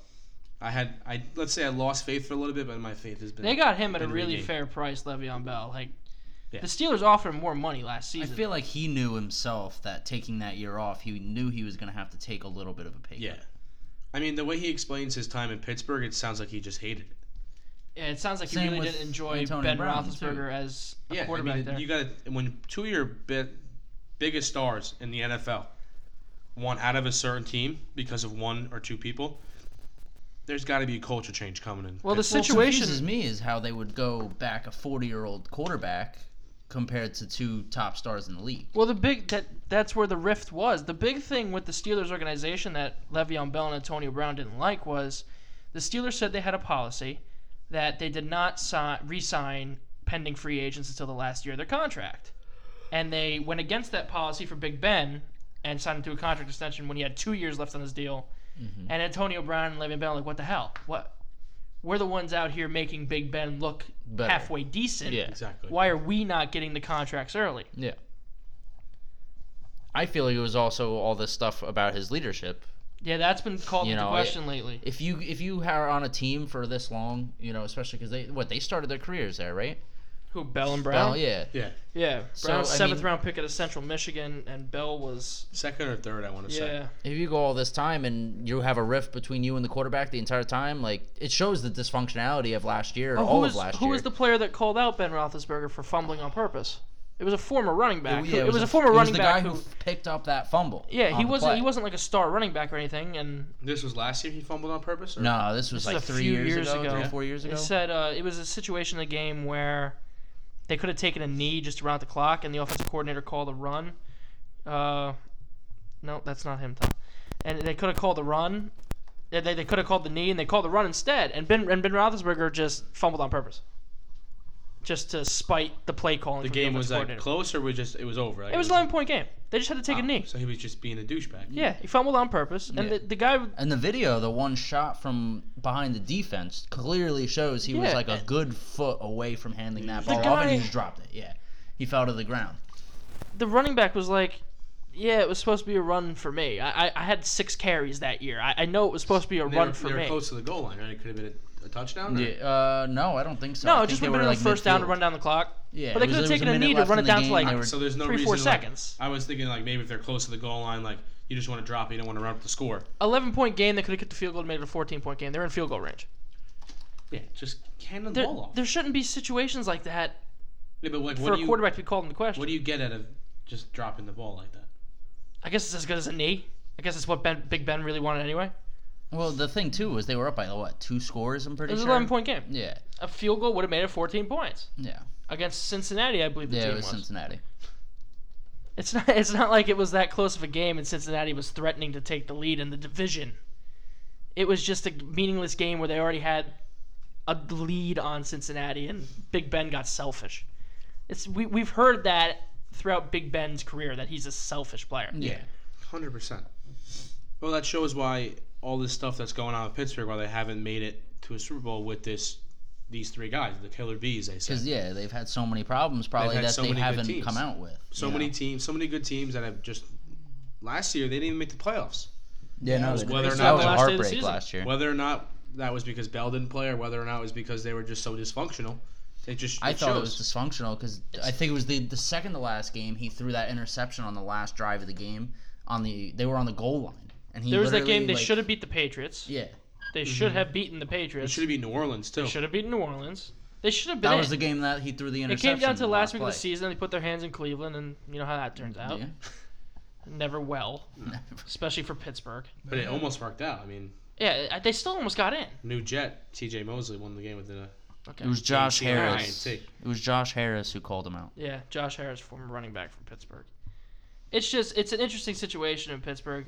Speaker 3: I had I let's say I lost faith for a little bit, but my faith has been.
Speaker 1: they got him at a
Speaker 3: been
Speaker 1: really
Speaker 3: regained.
Speaker 1: fair price, Le'Veon Bell. Like
Speaker 3: Yeah.
Speaker 1: the Steelers offered him more money last
Speaker 2: I
Speaker 1: season.
Speaker 2: feel like he knew himself that taking that year off, he knew he was gonna have to take a little bit of a pay cut.
Speaker 3: Yeah. I mean, the way he explains his time in Pittsburgh, it sounds like he just hated it.
Speaker 1: yeah, it sounds like he
Speaker 2: Same
Speaker 1: really
Speaker 2: with
Speaker 1: didn't enjoy
Speaker 2: Antonio
Speaker 1: Ben
Speaker 2: Brown, too.
Speaker 1: Roethlisberger as a
Speaker 3: Yeah, I
Speaker 1: quarterback
Speaker 3: mean,
Speaker 1: there.
Speaker 3: you got to when two of your bi- biggest stars in the NFL want out of a certain team because of one or two people. There's got to be a culture change coming in.
Speaker 1: well, the
Speaker 3: Pittsburgh.
Speaker 2: What confuses
Speaker 1: situation.
Speaker 2: me is how they would go back a 40 year old quarterback compared to two top stars in the league.
Speaker 1: Well, the big that that's where the rift was. The big thing with the Steelers organization that Le'Veon Bell and Antonio Brown didn't like was the Steelers said they had a policy that they did not si- re-sign pending free agents until the last year of their contract, and they went against that policy for Big Ben and signed him to a contract extension when he had two years left on his deal.
Speaker 2: Mm-hmm.
Speaker 1: And Antonio Brown and Le'Veon Bell like, what the hell? What? We're the ones out here making Big Ben look
Speaker 2: Better.
Speaker 1: halfway decent.
Speaker 2: Yeah.
Speaker 3: Exactly.
Speaker 1: Why are we not getting the contracts early?
Speaker 2: Yeah. I feel like it was also all this stuff about his leadership.
Speaker 1: Yeah, that's been called
Speaker 2: You
Speaker 1: into
Speaker 2: know,
Speaker 1: question lately.
Speaker 2: If you if you are on a team for this long, you know, especially because they what they started their careers there, right?
Speaker 1: Who Bell and Brown?
Speaker 2: Well, yeah.
Speaker 3: Yeah,
Speaker 1: yeah.
Speaker 2: So,
Speaker 1: Brown's
Speaker 2: I
Speaker 1: seventh
Speaker 2: mean-
Speaker 1: round pick out of Central Michigan, and Bell was
Speaker 3: second or third, I want to say.
Speaker 1: yeah.
Speaker 2: If you go all this time and you have a rift between you and the quarterback the entire time, like it shows the dysfunctionality of last year, all
Speaker 1: Oh, who
Speaker 2: of
Speaker 1: was
Speaker 2: last
Speaker 1: who
Speaker 2: year.
Speaker 1: was the player that called out Ben Roethlisberger for fumbling on purpose? It was a former running back. who- it, was a, former
Speaker 2: it was
Speaker 1: running
Speaker 2: the
Speaker 1: back
Speaker 2: guy who picked up that fumble.
Speaker 1: Yeah,
Speaker 2: on
Speaker 1: he
Speaker 2: the
Speaker 1: wasn't
Speaker 2: play.
Speaker 1: he wasn't like a star running back or anything, and
Speaker 3: This was last year he fumbled on purpose. Or?
Speaker 2: No, this was
Speaker 1: This is
Speaker 2: like
Speaker 1: a
Speaker 2: three
Speaker 1: few
Speaker 2: years,
Speaker 1: years
Speaker 2: ago,
Speaker 1: ago.
Speaker 2: three or four years ago.
Speaker 1: It said uh, it was a situation in the game where They could have taken a knee just around the clock, and the offensive coordinator called a run. Uh, no, that's not him. Tom. And they could have called the run. They, they could have called the knee, and they called the run instead. And Ben and Ben Roethlisberger just fumbled on purpose, just to spite the play calling.
Speaker 3: The
Speaker 1: from
Speaker 3: game
Speaker 1: offensive
Speaker 3: was like
Speaker 1: coordinator.
Speaker 3: close, Oh. or was just it was over. Like,
Speaker 1: It was an eleven point game. They just had to take a knee.
Speaker 3: So he was just being a douchebag.
Speaker 1: Yeah, he fumbled on purpose, and
Speaker 2: Yeah.
Speaker 1: the, the guy
Speaker 2: And the video, the one shot from behind the defense, clearly shows he was
Speaker 1: Yeah,
Speaker 2: like a
Speaker 1: and-
Speaker 2: good foot away from handling that
Speaker 1: The
Speaker 2: ball off, and he
Speaker 1: guy-
Speaker 2: just dropped it. Yeah, he fell to the ground.
Speaker 1: the running back was like, "Yeah, it was supposed to be a run for me. I I, I had six carries that year. I, I know it was supposed to be a
Speaker 3: They
Speaker 1: run
Speaker 3: were,
Speaker 1: for
Speaker 3: they were
Speaker 1: me.
Speaker 3: close to the goal line, right? It could have been a, a touchdown. or-
Speaker 2: Yeah, uh, no, I don't think so. I
Speaker 1: No, it
Speaker 2: think
Speaker 1: just
Speaker 2: they
Speaker 1: would have
Speaker 2: were,
Speaker 1: been like
Speaker 2: like,
Speaker 1: first down to
Speaker 2: midfield.
Speaker 1: run down the clock.
Speaker 2: Yeah,
Speaker 1: but they
Speaker 2: it was-
Speaker 1: could have
Speaker 2: there was
Speaker 1: taken a
Speaker 2: minute
Speaker 1: knee to
Speaker 2: left
Speaker 1: run
Speaker 2: in
Speaker 1: it
Speaker 2: the
Speaker 1: down to,
Speaker 2: game,
Speaker 1: like,
Speaker 2: they were-
Speaker 3: So there's no
Speaker 1: Three,
Speaker 3: reason.
Speaker 1: four
Speaker 3: like-
Speaker 1: seconds.
Speaker 3: I was thinking like maybe if they're close to the goal line, like you just want to drop it, you don't want to run up the score.
Speaker 1: Eleven point game. They could have kicked the field goal and made it a fourteen point game. They're in field goal range.
Speaker 3: Yeah, just cannon the
Speaker 1: There,
Speaker 3: ball off.
Speaker 1: there shouldn't be situations like that
Speaker 3: Yeah, but like,
Speaker 1: for
Speaker 3: what
Speaker 1: a
Speaker 3: do you
Speaker 1: quarterback to be called into question.
Speaker 3: what do you get out of just dropping the ball like that?
Speaker 1: I guess it's as good as a knee. I guess it's what ben, Big Ben really wanted anyway.
Speaker 2: Well, the thing too was they were up by what two scores? I'm
Speaker 1: It
Speaker 2: pretty
Speaker 1: was an
Speaker 2: sure.
Speaker 1: eleven point game.
Speaker 2: Yeah,
Speaker 1: A field goal would have made it fourteen points
Speaker 2: yeah,
Speaker 1: against Cincinnati. I believe the
Speaker 2: yeah.
Speaker 1: team
Speaker 2: It was Cincinnati.
Speaker 1: It's not. It's not like it was that close of a game, and Cincinnati was threatening to take the lead in the division. It was just a meaningless game where they already had a lead on Cincinnati, and Big Ben got selfish. It's we we've heard that throughout Big Ben's career that he's a selfish player.
Speaker 2: Yeah,
Speaker 3: Hundred percent. Well, that shows why all this stuff that's going on with Pittsburgh, why they haven't made it to a Super Bowl with this, these three guys, the Killer Bees, they
Speaker 2: because
Speaker 3: said.
Speaker 2: yeah. they've had so many problems probably
Speaker 3: had
Speaker 2: that
Speaker 3: so
Speaker 2: they
Speaker 3: many good
Speaker 2: haven't
Speaker 3: teams.
Speaker 2: come out with.
Speaker 3: So
Speaker 2: you
Speaker 3: many
Speaker 2: know?
Speaker 3: teams, so many good teams that have just last year they didn't even make the playoffs.
Speaker 2: Yeah, no,
Speaker 5: was
Speaker 2: they-
Speaker 3: whether or
Speaker 2: that
Speaker 3: not
Speaker 2: was
Speaker 1: the last
Speaker 2: a
Speaker 1: day of the
Speaker 2: heartbreak
Speaker 1: season.
Speaker 2: last year.
Speaker 3: Whether or not that was because Bell didn't play, or whether or not it was because they were just so dysfunctional, it just
Speaker 2: I
Speaker 3: it
Speaker 2: thought
Speaker 3: shows.
Speaker 2: it was dysfunctional because I think it was the the second to last game he threw that interception on the last drive of the game on the they were on the goal line and he
Speaker 1: There was that
Speaker 2: literally,
Speaker 1: game they
Speaker 2: like- Mm-hmm.
Speaker 1: should have beat the Patriots.
Speaker 2: yeah
Speaker 1: They should have beaten the
Speaker 3: it
Speaker 1: Patriots.
Speaker 3: should have been New Orleans too.
Speaker 1: They should have beaten New Orleans. They should have been.
Speaker 2: that
Speaker 1: it.
Speaker 2: was the game that he threw the
Speaker 1: it came
Speaker 2: interception.
Speaker 1: down to
Speaker 2: on
Speaker 1: last week of the
Speaker 2: play.
Speaker 1: season. They put their hands in Cleveland, and you know how that turns out. Never well,
Speaker 2: Yeah.
Speaker 1: especially for Pittsburgh.
Speaker 3: But it almost worked out. I mean,
Speaker 1: Yeah, uh, they still almost got in.
Speaker 3: new Jet T.J. Mosley won the game with a
Speaker 1: Okay.
Speaker 2: It was Josh
Speaker 3: Yeah,
Speaker 2: Harris.
Speaker 3: INT.
Speaker 2: It was Josh Harris who called him out.
Speaker 1: Yeah, Josh Harris, former running back from Pittsburgh. It's just it's an interesting situation in Pittsburgh.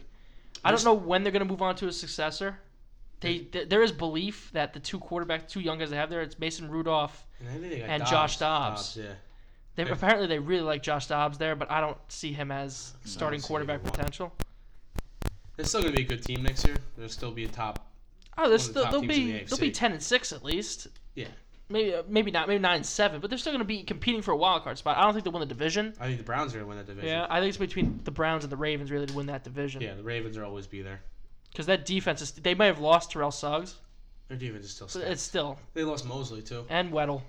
Speaker 1: I don't know when they're going to move on to a successor. They th- there is belief that the two quarterbacks, two young guys they have there, it's Mason Rudolph.
Speaker 3: and, I think they got
Speaker 1: And Josh Dobbs.
Speaker 3: Yeah.
Speaker 1: They apparently they really like Josh Dobbs there, but I don't see him as starting
Speaker 3: see
Speaker 1: quarterback
Speaker 3: either one.
Speaker 1: potential.
Speaker 3: They're still gonna be a good team next year. They'll still be a top.
Speaker 1: Oh, there's
Speaker 3: of the
Speaker 1: still,
Speaker 3: top
Speaker 1: they'll
Speaker 3: teams in
Speaker 1: be
Speaker 3: the
Speaker 1: they'll be
Speaker 3: AFC.
Speaker 1: ten and six at least.
Speaker 3: Yeah.
Speaker 1: Maybe uh, maybe not maybe nine and seven, but they're still going to be competing for a wild card spot. I don't think they'll win the division.
Speaker 3: I think the Browns are gonna win that division.
Speaker 1: Yeah, I think it's between the Browns and the Ravens really to win that division.
Speaker 3: Yeah, the Ravens will always be there.
Speaker 1: Because that defense is they may have lost Terrell Suggs,
Speaker 3: Their defense is still.
Speaker 1: but
Speaker 3: stacked.
Speaker 1: it's still
Speaker 3: They lost Mosley too,
Speaker 1: and Weddle.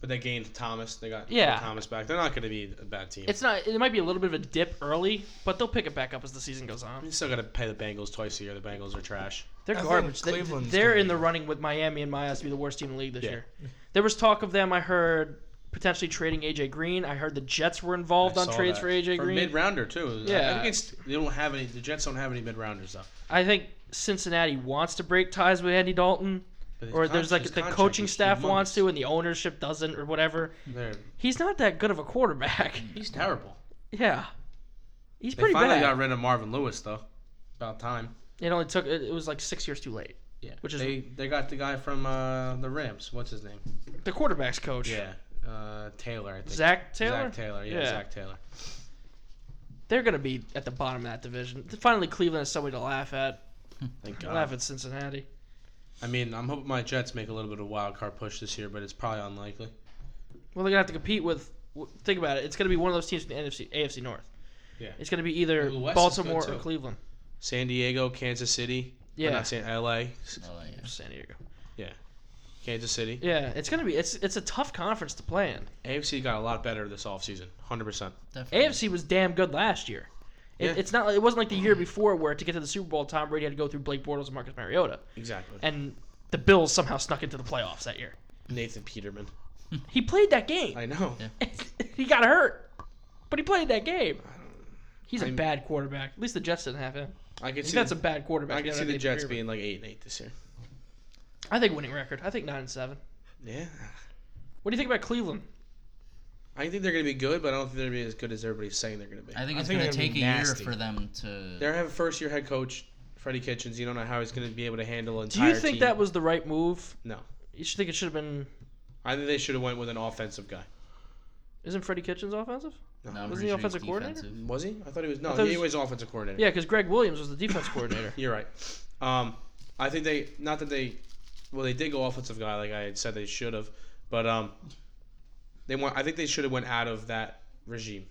Speaker 3: but they gained Thomas. They got
Speaker 1: Yeah.
Speaker 3: Thomas back. They're not gonna be a bad team.
Speaker 1: It's not it might be a little bit of a dip early, but they'll pick it back up as the season goes on.
Speaker 3: You still gotta pay the Bengals twice a year. The Bengals are trash.
Speaker 1: They're
Speaker 4: I think
Speaker 1: garbage. They,
Speaker 4: Cleveland's
Speaker 1: they're
Speaker 4: gonna
Speaker 1: in the running with Miami and my eyes to be the worst team in the league this
Speaker 3: Yeah.
Speaker 1: year. There was talk of them. I heard potentially trading AJ Green. I heard the Jets were involved
Speaker 3: I
Speaker 1: on
Speaker 3: saw
Speaker 1: trades
Speaker 3: that.
Speaker 1: for AJ Green.
Speaker 3: mid rounder too. I
Speaker 1: Yeah.
Speaker 3: think it's, they don't have any. The Jets don't have any mid rounders though.
Speaker 1: I think Cincinnati wants to break ties with Andy Dalton,
Speaker 3: But his
Speaker 1: or
Speaker 3: con-
Speaker 1: there's like
Speaker 3: his
Speaker 1: the
Speaker 3: contract
Speaker 1: coaching
Speaker 3: is
Speaker 1: staff wants
Speaker 3: humongous.
Speaker 1: to, and the ownership doesn't, or whatever.
Speaker 3: They're,
Speaker 1: He's not that good of a quarterback.
Speaker 3: he's terrible.
Speaker 1: yeah, he's
Speaker 3: They
Speaker 1: pretty
Speaker 3: finally
Speaker 1: bad.
Speaker 3: got rid of Marvin Lewis though. About time.
Speaker 1: It only took. It, it was like six years too late.
Speaker 3: Yeah.
Speaker 1: Which is-
Speaker 3: they they got the guy from uh, the Rams. What's his name?
Speaker 1: The quarterback's coach.
Speaker 3: Yeah. Uh, Taylor. I think.
Speaker 1: Zach Taylor.
Speaker 3: Zach Taylor. Yeah,
Speaker 1: Yeah.
Speaker 3: Zach Taylor.
Speaker 1: They're gonna be at the bottom of that division. Finally, Cleveland has somebody to laugh at.
Speaker 3: Thank
Speaker 1: Laugh
Speaker 3: God.
Speaker 1: at Cincinnati.
Speaker 3: I mean, I'm hoping my Jets make a little bit of a wild card push this year, but it's probably unlikely.
Speaker 1: Well, they're gonna have to compete with. w- Think about it. It's gonna be one of those teams in the NFC, AFC North.
Speaker 3: Yeah.
Speaker 1: It's gonna be either
Speaker 3: Well, the West is
Speaker 1: Baltimore
Speaker 3: good,
Speaker 1: or
Speaker 3: too.
Speaker 1: Cleveland.
Speaker 3: San Diego, Kansas City. or
Speaker 1: Yeah.
Speaker 3: Not San LA.
Speaker 2: Oh, yeah.
Speaker 1: San Diego.
Speaker 3: Kansas City.
Speaker 1: Yeah, it's gonna be. It's it's a tough conference to play in.
Speaker 3: AFC got a lot better this offseason. 100%.
Speaker 2: Definitely.
Speaker 1: AFC was damn good last year. It,
Speaker 3: Yeah.
Speaker 1: It's not. It wasn't like the year before where to get to the Super Bowl, Tom Brady had to go through Blake Bortles and Marcus Mariota,
Speaker 3: Exactly.
Speaker 1: and the Bills somehow snuck into the playoffs that year.
Speaker 3: Nathan Peterman.
Speaker 1: He played that game.
Speaker 3: I know.
Speaker 2: Yeah.
Speaker 1: he got hurt, but he played that game. He's a
Speaker 3: I'm-
Speaker 1: bad quarterback. At least the Jets didn't have him.
Speaker 3: I can
Speaker 1: I think
Speaker 3: see
Speaker 1: that's a
Speaker 3: the,
Speaker 1: bad quarterback.
Speaker 3: I can
Speaker 1: Yeah,
Speaker 3: see the
Speaker 1: they'd
Speaker 3: Jets
Speaker 1: be-
Speaker 3: being like 8 and 8 this year.
Speaker 1: I think winning record. I think nine and seven.
Speaker 3: Yeah.
Speaker 1: What do you think about Cleveland?
Speaker 3: I think they're going to be good, but I don't think they're going to be as good as everybody's saying they're going to be.
Speaker 2: I think
Speaker 4: I
Speaker 2: it's
Speaker 4: think
Speaker 2: going
Speaker 4: they're
Speaker 2: to
Speaker 4: gonna
Speaker 2: take a
Speaker 4: be
Speaker 2: year
Speaker 4: nasty.
Speaker 2: for them to.
Speaker 3: They have a first year head coach, Freddie Kitchens. You don't know how he's going to be able to handle an
Speaker 1: Do you
Speaker 3: entire
Speaker 1: think
Speaker 3: team.
Speaker 1: that was the right move?
Speaker 3: No.
Speaker 1: You should think it should have been.
Speaker 3: I think they should have went with an offensive guy.
Speaker 1: Isn't Freddie Kitchens offensive?
Speaker 2: no, I'm
Speaker 1: Wasn't
Speaker 2: pretty
Speaker 1: he
Speaker 2: sure
Speaker 1: offensive
Speaker 2: he's
Speaker 1: coordinator?
Speaker 2: defensive.
Speaker 3: Was he? I thought he was.
Speaker 1: I
Speaker 3: No,
Speaker 1: thought
Speaker 3: he
Speaker 1: it
Speaker 3: was offensive coordinator.
Speaker 1: Yeah, because Greg Williams was the defense coordinator.
Speaker 3: You're right. Um, I think they not that they, well, they did go offensive guy like I had said they should have, but um, they want. I think they should have went out of that regime,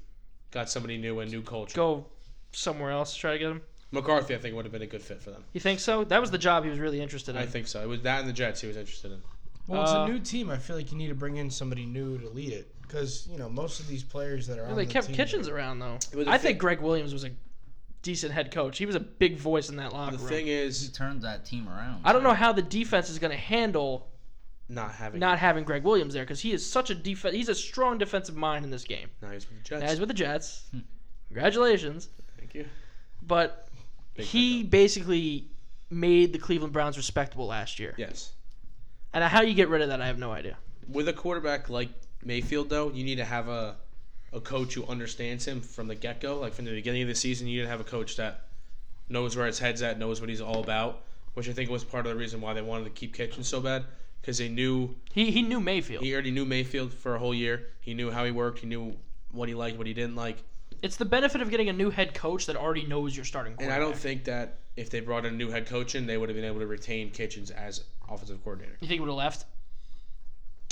Speaker 3: got somebody new and new culture.
Speaker 1: Go somewhere else to try to get him.
Speaker 3: McCarthy, I think, would have been a good fit for them.
Speaker 1: You think so? That was the job he was really interested in.
Speaker 3: I think so. It was that and the Jets he was interested in.
Speaker 4: Well, it's
Speaker 1: Uh,
Speaker 4: a new team. I feel like you need to bring in somebody new to lead it because you know most of these players that are
Speaker 1: Yeah,
Speaker 4: on
Speaker 1: they
Speaker 4: the
Speaker 1: kept
Speaker 4: team-
Speaker 1: Kitchens around though.
Speaker 3: Well, the
Speaker 1: I
Speaker 3: thi-
Speaker 1: think Greg Williams was a decent head coach. He was a big voice in that locker
Speaker 3: The
Speaker 1: room.
Speaker 3: thing
Speaker 2: He
Speaker 3: is,
Speaker 2: turned that team around.
Speaker 1: I don't know how the defense is going to handle
Speaker 3: not having
Speaker 1: not having Greg Williams there because he is such a defense. He's a strong defensive mind in this game.
Speaker 3: now he's with the
Speaker 1: Now
Speaker 3: Jets.
Speaker 1: he's with the Jets.
Speaker 4: Hmm.
Speaker 1: Congratulations,
Speaker 3: Thank you.
Speaker 1: but
Speaker 3: Big
Speaker 1: he
Speaker 3: pickup.
Speaker 1: basically made the Cleveland Browns respectable last year.
Speaker 3: Yes.
Speaker 1: And how you get rid of that, I have no idea.
Speaker 3: With a quarterback like Mayfield, though, you need to have a a coach who understands him from the get go. Like from the beginning of the season, you need to have a coach that knows where his head's at, knows what he's all about. Which I think was part of the reason why they wanted to keep Kitchen so bad, because they knew
Speaker 1: He he knew Mayfield.
Speaker 3: he already knew Mayfield for a whole year. He knew how he worked. He knew what he liked, what he didn't like.
Speaker 1: It's the benefit of getting a new head coach that already knows your starting
Speaker 3: And
Speaker 1: quarterback.
Speaker 3: I don't think that if they brought in a new head coach in, they would have been able to retain Kitchens as offensive coordinator.
Speaker 1: you think he would have left?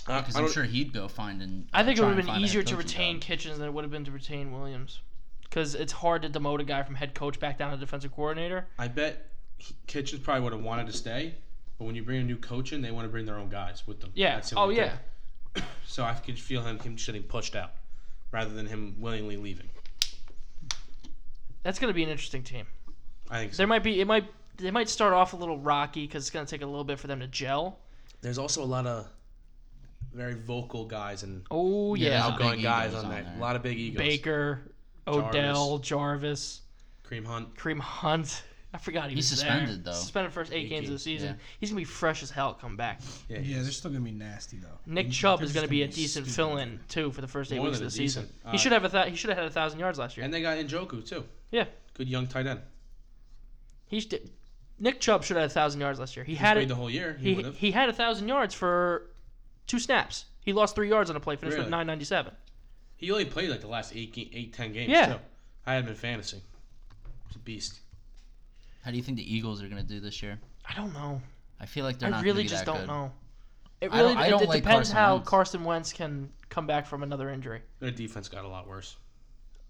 Speaker 3: I,
Speaker 2: Because
Speaker 3: I
Speaker 2: I'm
Speaker 3: don't-
Speaker 2: sure he'd go find and.
Speaker 1: I think it
Speaker 2: try
Speaker 1: would have
Speaker 2: and
Speaker 1: been
Speaker 2: find a head
Speaker 1: easier to
Speaker 2: coaching
Speaker 1: retain
Speaker 2: job.
Speaker 1: Kitchens than it would have been to retain Williams. Because it's hard to demote a guy from head coach back down to defensive coordinator.
Speaker 3: I bet he- Kitchens probably would have wanted to stay, but when you bring a new coach in, they want to bring their own guys with them.
Speaker 1: Yeah.
Speaker 3: That's the
Speaker 1: Oh
Speaker 3: only
Speaker 1: yeah.
Speaker 3: thing. So I could feel him him just getting pushed out, rather than him willingly leaving.
Speaker 1: That's gonna be an interesting team.
Speaker 3: I think so.
Speaker 1: There might be it might they might start off a little rocky because it's gonna take a little bit for them to gel.
Speaker 3: There's also a lot of very vocal guys and
Speaker 1: Oh
Speaker 2: Yeah,
Speaker 1: yeah.
Speaker 2: there's a
Speaker 3: outgoing
Speaker 2: big
Speaker 3: guys
Speaker 2: egos
Speaker 3: on
Speaker 2: on
Speaker 3: that.
Speaker 2: there.
Speaker 3: A lot of big egos.
Speaker 1: Baker, Odell, Jarvis,
Speaker 3: Cream Hunt.
Speaker 1: Cream Hunt. I forgot he
Speaker 2: He's
Speaker 1: was there.
Speaker 2: suspended, though.
Speaker 1: Suspended first eight,
Speaker 3: Eight
Speaker 1: games of the
Speaker 3: games,
Speaker 1: season.
Speaker 2: yeah.
Speaker 1: He's gonna be fresh as hell come back.
Speaker 3: Yeah.
Speaker 5: Yeah, they're still gonna be nasty though.
Speaker 1: Nick
Speaker 5: They're
Speaker 1: Chubb is
Speaker 5: just
Speaker 1: going to be a
Speaker 5: gonna
Speaker 1: decent
Speaker 5: stupid.
Speaker 1: fill-in too for the first eight
Speaker 3: More
Speaker 1: weeks of
Speaker 3: than
Speaker 1: the
Speaker 3: a
Speaker 1: season.
Speaker 3: decent.
Speaker 1: he
Speaker 3: Uh,
Speaker 1: should have a th- he should have had a thousand yards last year.
Speaker 3: And they got Njoku too.
Speaker 1: Yeah.
Speaker 3: Good young tight end.
Speaker 1: he sh- Nick Chubb should have had a thousand yards last year. He
Speaker 3: He
Speaker 1: had
Speaker 3: played
Speaker 1: it.
Speaker 3: the whole year. He,
Speaker 1: He,
Speaker 3: would have.
Speaker 1: he had a thousand yards for two snaps. He lost three yards on a play, finished with
Speaker 3: Really?
Speaker 1: nine ninety seven.
Speaker 3: He only played like the last eight, ga- eight ten games.
Speaker 1: Yeah.
Speaker 3: Too. I had him in fantasy. He's a beast.
Speaker 2: How do you think the Eagles are going to do this year?
Speaker 1: I don't know.
Speaker 2: I feel like they're
Speaker 1: I
Speaker 2: not
Speaker 1: really
Speaker 2: gonna be
Speaker 1: just
Speaker 2: that
Speaker 1: don't
Speaker 2: good.
Speaker 1: know. It
Speaker 2: I don't-
Speaker 1: really
Speaker 2: I
Speaker 1: it-
Speaker 2: don't
Speaker 1: it,
Speaker 2: like
Speaker 1: depends
Speaker 2: Carson
Speaker 1: how
Speaker 2: Wentz.
Speaker 1: Carson Wentz can come back from another injury.
Speaker 3: Their defense got a lot worse.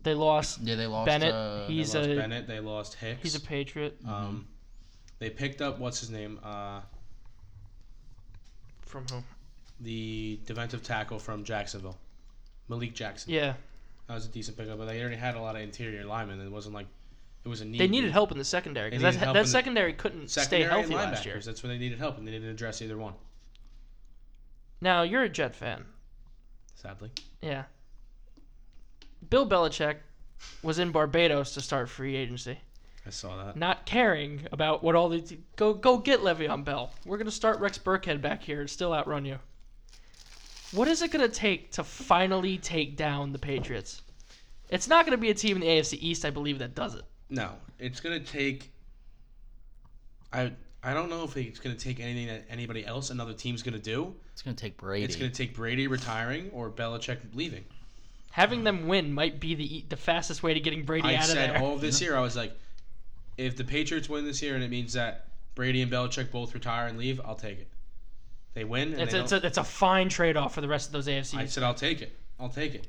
Speaker 1: They lost.
Speaker 2: Yeah, they lost.
Speaker 1: Bennett,
Speaker 2: uh,
Speaker 1: he's
Speaker 3: they lost
Speaker 1: a-
Speaker 3: Bennett. They lost Hicks.
Speaker 1: He's a patriot
Speaker 3: Um, they picked up what's his name, uh,
Speaker 1: from whom?
Speaker 3: the defensive tackle from Jacksonville, Malik Jackson.
Speaker 1: Yeah,
Speaker 3: That was a decent pickup, but they already had a lot of interior linemen. It wasn't like it was a need.
Speaker 1: they needed help in the secondary
Speaker 3: They
Speaker 1: because
Speaker 3: needed
Speaker 1: that,
Speaker 3: help in
Speaker 1: that
Speaker 3: the-
Speaker 1: secondary couldn't
Speaker 3: secondary
Speaker 1: stay healthy
Speaker 3: and linebackers.
Speaker 1: last year.
Speaker 3: That's when they needed help, and they didn't address either one.
Speaker 1: Now you're a Jet fan.
Speaker 3: Sadly,
Speaker 1: Yeah. Bill Belichick was in Barbados to start free agency,
Speaker 3: I saw that.
Speaker 1: not caring about what all the go go get Le'Veon Bell. We're gonna start Rex Burkhead back here and still outrun you. What is it gonna take to finally take down the Patriots? It's not gonna be a team in the AFC East, I believe, that does it.
Speaker 3: No, it's gonna take. I I don't know if it's gonna take anything that anybody else, another team's gonna do.
Speaker 2: It's going to take Brady.
Speaker 3: It's gonna take Brady retiring or Belichick leaving.
Speaker 1: Having them win might be the e- the fastest way to getting Brady
Speaker 3: I
Speaker 1: out of
Speaker 3: said
Speaker 1: there.
Speaker 3: all of this year, I was like, if the Patriots win this year and it means that Brady and Belichick both retire and leave, I'll take it. They win. And
Speaker 1: it's,
Speaker 3: they
Speaker 1: a, it's,
Speaker 3: don't-
Speaker 1: a, it's a fine trade off for the rest of those AFC.
Speaker 3: I
Speaker 1: teams.
Speaker 3: said I'll take it. I'll take it.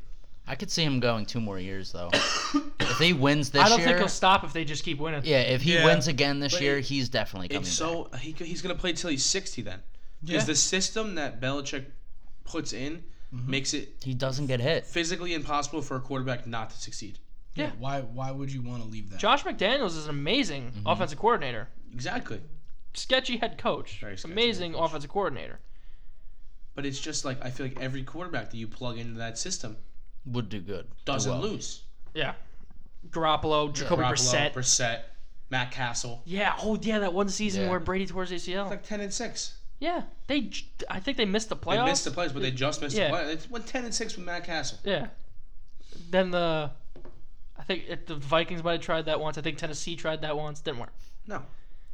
Speaker 2: I could see him going two more years though. if he wins this
Speaker 1: I don't
Speaker 2: year,
Speaker 1: think he'll stop if they just keep winning.
Speaker 2: yeah, if he
Speaker 5: Yeah.
Speaker 2: wins again this
Speaker 3: But
Speaker 2: year,
Speaker 3: it-
Speaker 2: he's definitely coming
Speaker 3: It's
Speaker 2: back.
Speaker 3: so he, he's gonna play till he's sixty then. Because
Speaker 5: Yeah.
Speaker 3: the system that Belichick puts in
Speaker 2: Mm-hmm.
Speaker 3: makes it
Speaker 2: He doesn't get hit.
Speaker 3: physically impossible for a quarterback not to succeed.
Speaker 1: Yeah.
Speaker 5: Why? Why would you want to leave that?
Speaker 1: Josh McDaniels is an amazing
Speaker 3: Mm-hmm.
Speaker 1: offensive coordinator.
Speaker 3: Exactly.
Speaker 1: sketchy head coach,
Speaker 3: Very sketchy
Speaker 1: amazing
Speaker 3: head coach.
Speaker 1: offensive coordinator.
Speaker 3: But it's just like I feel like every quarterback that you plug into that system
Speaker 2: Would do good. Do
Speaker 3: doesn't
Speaker 2: well.
Speaker 3: lose.
Speaker 1: Yeah, Garoppolo, Jacoby
Speaker 3: Garoppolo,
Speaker 1: Brissett.
Speaker 3: Brissett, Matt Castle.
Speaker 1: yeah, oh yeah, that one season
Speaker 2: Yeah.
Speaker 1: where Brady towards ACL.
Speaker 3: Like ten and six.
Speaker 1: Yeah, they. j- I think they missed the playoffs.
Speaker 3: They missed the playoffs, but they just missed
Speaker 1: Yeah.
Speaker 3: the playoffs. It's went ten and six with Matt Castle.
Speaker 1: Yeah. Then the, I think it, the Vikings might have tried that once. I think Tennessee tried that once. Didn't work.
Speaker 3: No,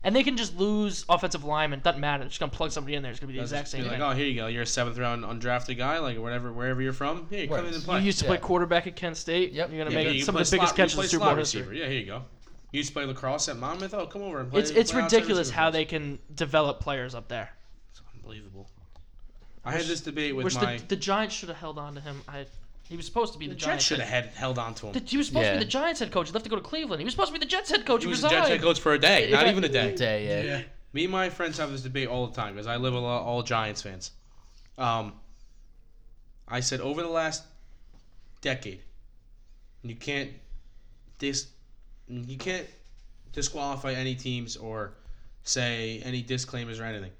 Speaker 1: And they can just lose offensive linemen. Doesn't matter. They're just gonna plug somebody in there. It's gonna be the exact
Speaker 3: Be
Speaker 1: same
Speaker 3: Like,
Speaker 1: thing.
Speaker 3: oh, here you go. You're a seventh round undrafted guy, like whatever, wherever you're from. Here, you come in and play.
Speaker 1: you used to play
Speaker 2: Yeah.
Speaker 1: quarterback at Kent State.
Speaker 2: Yep.
Speaker 1: You're gonna
Speaker 3: "Oh, Yeah,
Speaker 1: make
Speaker 3: you
Speaker 1: some
Speaker 3: play
Speaker 1: of the biggest
Speaker 3: slot- you
Speaker 1: catches
Speaker 3: play
Speaker 1: in Super
Speaker 3: slot
Speaker 1: Bowl history.
Speaker 3: receiver. Yeah, here you go. You used to play lacrosse at Monmouth. Oh, come over and play.
Speaker 1: It's it's
Speaker 3: play outside
Speaker 1: ridiculous
Speaker 3: receiver
Speaker 1: how
Speaker 3: for us.
Speaker 1: they can develop players up there.
Speaker 3: It's unbelievable. I had this debate with
Speaker 1: Which
Speaker 3: my.
Speaker 1: the, the Giants should have held on to him. I he was supposed to be the,
Speaker 3: The
Speaker 1: Giants.
Speaker 3: Jets should have
Speaker 1: head-
Speaker 3: had held on to him.
Speaker 1: The- he was supposed to
Speaker 2: Yeah.
Speaker 1: be the Giants head coach. He left to go to Cleveland. He was supposed to be the Jets head coach.
Speaker 3: He
Speaker 1: He,
Speaker 3: was the Jets
Speaker 1: resigned.
Speaker 3: head coach for a day, not
Speaker 1: Yeah.
Speaker 3: even a day.
Speaker 2: Day, yeah.
Speaker 5: Yeah.
Speaker 3: Me and my friends have this debate all the time because I live with all, all Giants fans. Um, I said over the last decade, you can't dis, you can't disqualify any teams or say any disclaimers or anything.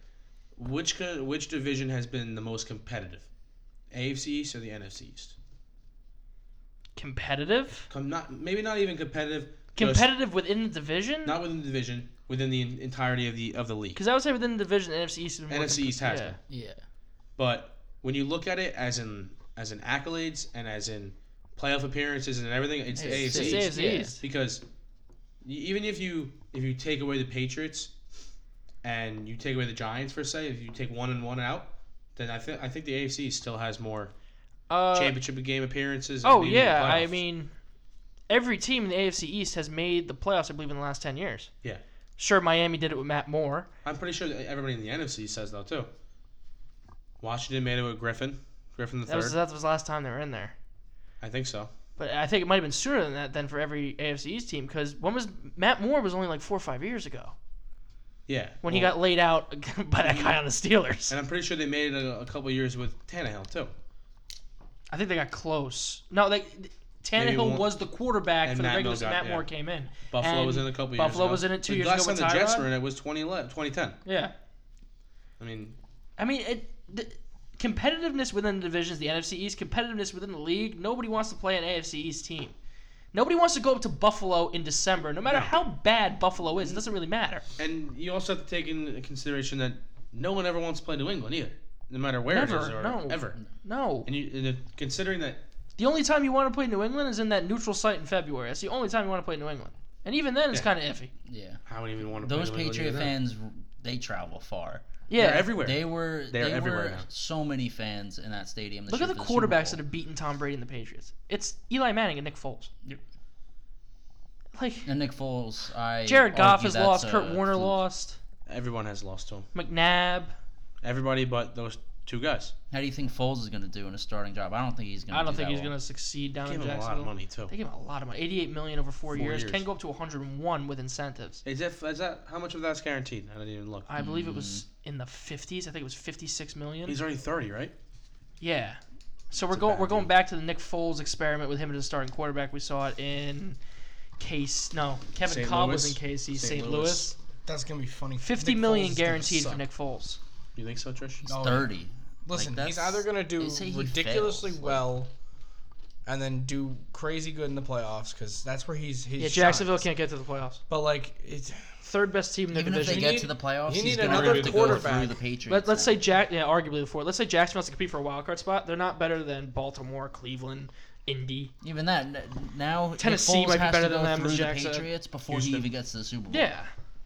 Speaker 3: Which co- which division has been the most competitive, AFC East or the NFC East?
Speaker 1: Competitive,
Speaker 3: Com- not maybe not even competitive. just
Speaker 1: competitive within the division.
Speaker 3: Not within the division, within the en- entirety of the of the league.
Speaker 1: Because I would say within the division, NFC East. Has been more
Speaker 3: NFC East has
Speaker 1: yeah.
Speaker 3: been.
Speaker 2: Yeah.
Speaker 3: But when you look at it as in as in accolades and as in playoff appearances and everything, it's the
Speaker 2: It's-
Speaker 3: AFC
Speaker 1: It's
Speaker 3: East.
Speaker 1: AFC
Speaker 2: Yeah.
Speaker 1: East.
Speaker 3: because y- even if you if you take away the Patriots and you take away the Giants for say, if you take one and one out, then I think I think the AFC still has more
Speaker 1: Uh,
Speaker 3: championship game appearances. and
Speaker 1: oh
Speaker 3: maybe even
Speaker 1: yeah, I
Speaker 3: playoffs.
Speaker 1: mean, every team in the AFC East has made the playoffs. I believe in the last ten years.
Speaker 3: Yeah.
Speaker 1: Sure, Miami did it with Matt Moore.
Speaker 3: I'm pretty sure that everybody in the NFC says though too. Washington made it with Griffin, Griffin the
Speaker 1: That was
Speaker 3: third.
Speaker 1: that was the last time they were in there.
Speaker 3: I think so.
Speaker 1: But I think it might have been sooner than that than for every AFC East team because when was Matt Moore was only like four or five years ago
Speaker 3: Yeah.
Speaker 1: when he
Speaker 3: well-
Speaker 1: got laid out by that guy on the Steelers.
Speaker 3: And I'm pretty sure they made it a, a couple years with Tannehill too.
Speaker 1: I think they got close. No, like Tannehill
Speaker 3: one-
Speaker 1: was the quarterback
Speaker 3: and
Speaker 1: for the
Speaker 3: Matt
Speaker 1: regular
Speaker 3: Mill got-
Speaker 1: season. Matt
Speaker 3: yeah.
Speaker 1: Moore came in.
Speaker 3: Buffalo
Speaker 1: And
Speaker 3: was in a couple years.
Speaker 1: Buffalo
Speaker 3: ago.
Speaker 1: was in it two
Speaker 3: The
Speaker 1: years
Speaker 3: last
Speaker 1: ago with
Speaker 3: time the Jets
Speaker 1: Tyrod.
Speaker 3: were in it was 2011, 2010.
Speaker 1: Yeah,
Speaker 3: I mean,
Speaker 1: I mean, it, the, competitiveness within the divisions, the NFC East, competitiveness within the league. Nobody wants to play an AFC East team. Nobody wants to go up to Buffalo in December, no matter
Speaker 3: No.
Speaker 1: how bad Buffalo is. It doesn't really matter.
Speaker 3: and you also have to take into consideration that no one ever wants to play New England either, no matter where
Speaker 1: Never,
Speaker 3: it is or
Speaker 1: no.
Speaker 3: ever.
Speaker 1: No.
Speaker 3: And, you, and if, considering that,
Speaker 1: The only time you want to play New England is in that neutral site in February. That's the only time you want to play New England. And even then, it's
Speaker 3: Yeah.
Speaker 1: kind of iffy.
Speaker 2: Yeah.
Speaker 3: I don't even want to.
Speaker 2: Those
Speaker 3: play New
Speaker 2: Patriot
Speaker 3: England either.
Speaker 2: fans, they travel far.
Speaker 1: Yeah.
Speaker 3: They're everywhere.
Speaker 2: They were
Speaker 3: They are
Speaker 2: they
Speaker 3: everywhere
Speaker 2: were
Speaker 3: now.
Speaker 2: so many fans in that stadium. This
Speaker 1: Look at
Speaker 2: year
Speaker 1: the
Speaker 2: for Super
Speaker 1: quarterbacks
Speaker 2: Bowl.
Speaker 1: that have beaten Tom Brady and the Patriots. It's Eli Manning and Nick Foles.
Speaker 2: Yep.
Speaker 1: Like
Speaker 2: and Nick Foles. I
Speaker 1: Jared Goff
Speaker 2: argue
Speaker 1: has
Speaker 2: that's
Speaker 1: lost,
Speaker 2: a
Speaker 1: Kurt Warner
Speaker 2: fluke.
Speaker 1: lost,
Speaker 3: Everyone has lost to him.
Speaker 1: McNabb.
Speaker 3: Everybody but those two guys.
Speaker 2: How do you think Foles is going to do in a starting job? I don't think he's going.
Speaker 1: I don't think he's gonna succeed down
Speaker 3: Give him
Speaker 1: in
Speaker 3: a lot of
Speaker 1: Jacksonville.
Speaker 3: money too.
Speaker 1: They gave him a lot of money, 88 million over
Speaker 3: Four
Speaker 1: four, years.
Speaker 3: years.
Speaker 1: Can go up to 101 with incentives.
Speaker 3: Is that, is that how much of that's guaranteed? I didn't even look.
Speaker 1: I believe it was in the 50s. I think it was 56 million.
Speaker 3: Mm. He's already 30, right?
Speaker 1: Yeah. So we're
Speaker 3: a
Speaker 1: going
Speaker 3: bad
Speaker 1: we're going
Speaker 3: deal.
Speaker 1: back to the Nick Foles experiment with him as a starting quarterback. We saw it in Case no Kevin
Speaker 3: St.
Speaker 1: Cobb was
Speaker 3: Louis.
Speaker 1: in Casey
Speaker 3: St.
Speaker 1: St.
Speaker 3: Louis.
Speaker 1: Louis.
Speaker 5: That's gonna be funny.
Speaker 1: Fifty
Speaker 5: Nick
Speaker 1: million
Speaker 5: Foles is gonna
Speaker 1: guaranteed
Speaker 5: suck.
Speaker 1: for Nick Foles.
Speaker 3: You think so, Trish?
Speaker 5: No,
Speaker 2: thirty.
Speaker 5: Listen,
Speaker 2: Like,
Speaker 5: he's
Speaker 2: that's-
Speaker 5: either gonna do
Speaker 2: they say he
Speaker 5: ridiculously
Speaker 2: fails, like-
Speaker 5: well, and then do crazy good in the playoffs because that's where he's he's.
Speaker 1: Yeah, Jacksonville
Speaker 5: shines.
Speaker 1: can't get to the playoffs.
Speaker 5: But like, it's,
Speaker 1: Third best team in the
Speaker 2: Even if
Speaker 1: division.
Speaker 2: they
Speaker 5: You
Speaker 2: get
Speaker 5: need-
Speaker 2: to the playoffs,
Speaker 5: you need
Speaker 2: he's going
Speaker 5: another
Speaker 2: to go through
Speaker 5: quarterback.
Speaker 2: the Patriots.
Speaker 1: Let, let's
Speaker 2: now.
Speaker 1: say Jack, yeah, arguably the fourth. Let's say Jacksonville has to compete for a wild card spot. They're not better than Baltimore, Cleveland, Indy.
Speaker 2: even that n- now Nick
Speaker 1: Tennessee
Speaker 2: Foles
Speaker 1: might be
Speaker 2: has
Speaker 1: better
Speaker 2: to go
Speaker 1: than them,
Speaker 2: through
Speaker 1: as
Speaker 2: the
Speaker 1: Jack said.
Speaker 2: Patriots before
Speaker 3: Houston.
Speaker 2: he even gets to the Super Bowl.
Speaker 1: Yeah,